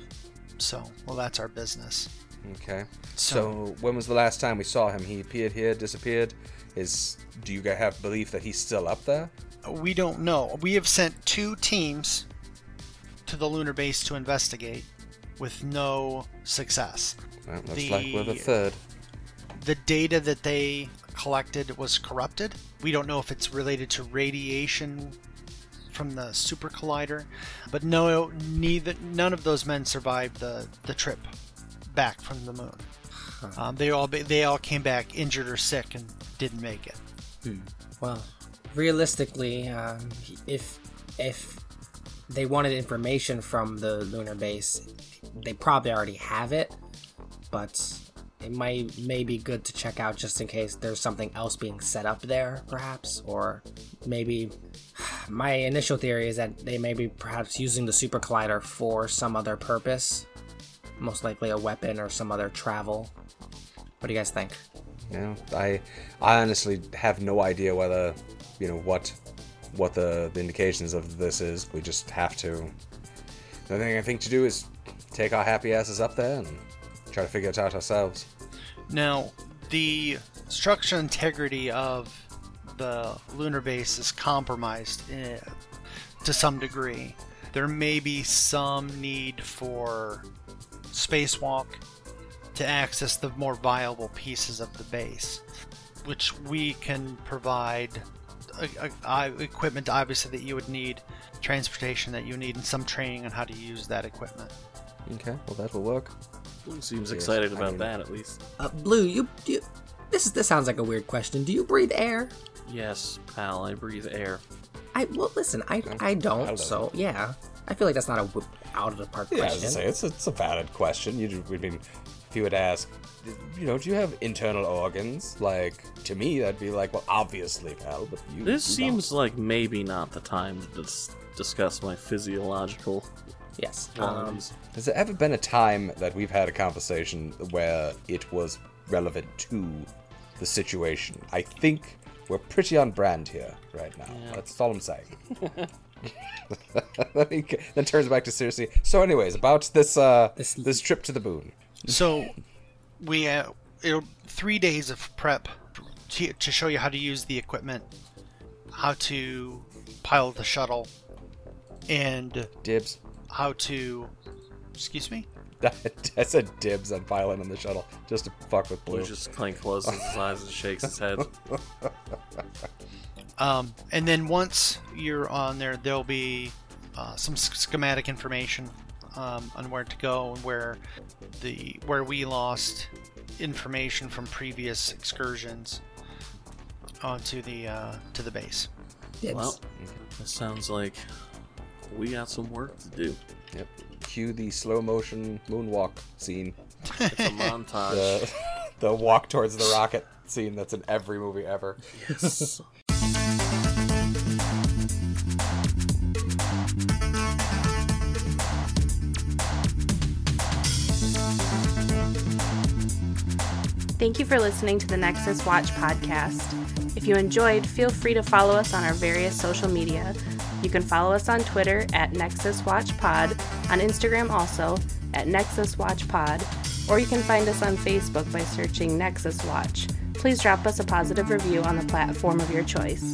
S2: so well that's our business
S5: Okay. So, when was the last time we saw him? He appeared here, disappeared. Is do you guys have belief that he's still up there?
S2: we don't know. We have sent two teams to the lunar base to investigate with no success.
S5: Well, looks like we're the
S2: The-
S5: third.
S2: The data that they collected was corrupted. We don't know if it's related to radiation from the super collider, but no neither none of those men survived the, the trip back from the moon. Um, they all they all came back injured or sick and didn't make it.
S3: Well, realistically, um, if if they wanted information from the lunar base, they probably already have it. But it might may be good to check out just in case there's something else being set up there, perhaps, or maybe. My initial theory is that they may be perhaps using the super collider for some other purpose, most likely a weapon or some other travel. What do you guys think?
S5: You know, I I honestly have no idea whether you know what what the, the indications of this is. We just have to. The thing I think to do is take our happy asses up there and try to figure it out ourselves.
S2: Now, the structural integrity of the lunar base is compromised eh, to some degree. There may be some need for spacewalk to access the more viable pieces of the base, which we can provide uh, uh, uh, equipment, obviously, that you would need, transportation that you need, and some training on how to use that equipment.
S5: Okay, well that will work.
S4: Blue seems
S5: Yes,
S4: excited
S5: I
S4: about
S5: mean-
S4: that at least.
S3: Uh, Blue, you, you this is this sounds like a weird question. Do you breathe air?
S4: Yes, pal, I breathe air.
S3: I well, listen, I I
S5: I
S3: don't.
S5: don't.
S3: So yeah, I feel like that's not a w- out of the park
S5: Yeah, I was
S3: question.
S5: gonna say it's it's a valid question. You, I mean, if you would ask, you know, do you have internal organs? Like to me, that'd be like, well, obviously, pal. But you,
S4: This
S5: you don't.
S4: seems like maybe not the time to dis- discuss my physiological
S3: yes. Um,
S4: qualities.
S5: Has there ever been a time that we've had a conversation where it was relevant to the situation? I think we're pretty on brand here right now. That's all I'm saying. Let me g- then turns back to seriously. So, anyways, about this uh,
S3: This-
S5: this trip to the moon.
S2: So we uh, it'll, three days of prep to, to show you how to use the equipment, how to pilot the shuttle, and
S5: Dibs.
S2: how to. Excuse me.
S5: I said dibs on piling on the shuttle just to fuck with
S4: Blue
S5: Blue.
S4: just kind of closes his eyes and shakes his head.
S2: Um, and then once you're on there, there'll be uh, some sch- schematic information um, on where to go and where the where we lost information from previous excursions onto the uh, to the base.
S3: dibs.
S4: Well, this sounds like we got some work to do.
S5: Yep. Cue the slow motion moonwalk scene.
S4: It's a montage.
S5: The, the walk towards the rocket scene that's in every movie ever.
S4: Yes.
S6: Thank you for listening to the Nexus Watch podcast. If you enjoyed, feel free to follow us on our various social media. You can follow us on Twitter at Nexus Watch Pod, on Instagram also at Nexus Watch Pod, or you can find us on Facebook by searching Nexus Watch. Please drop us a positive review on the platform of your choice.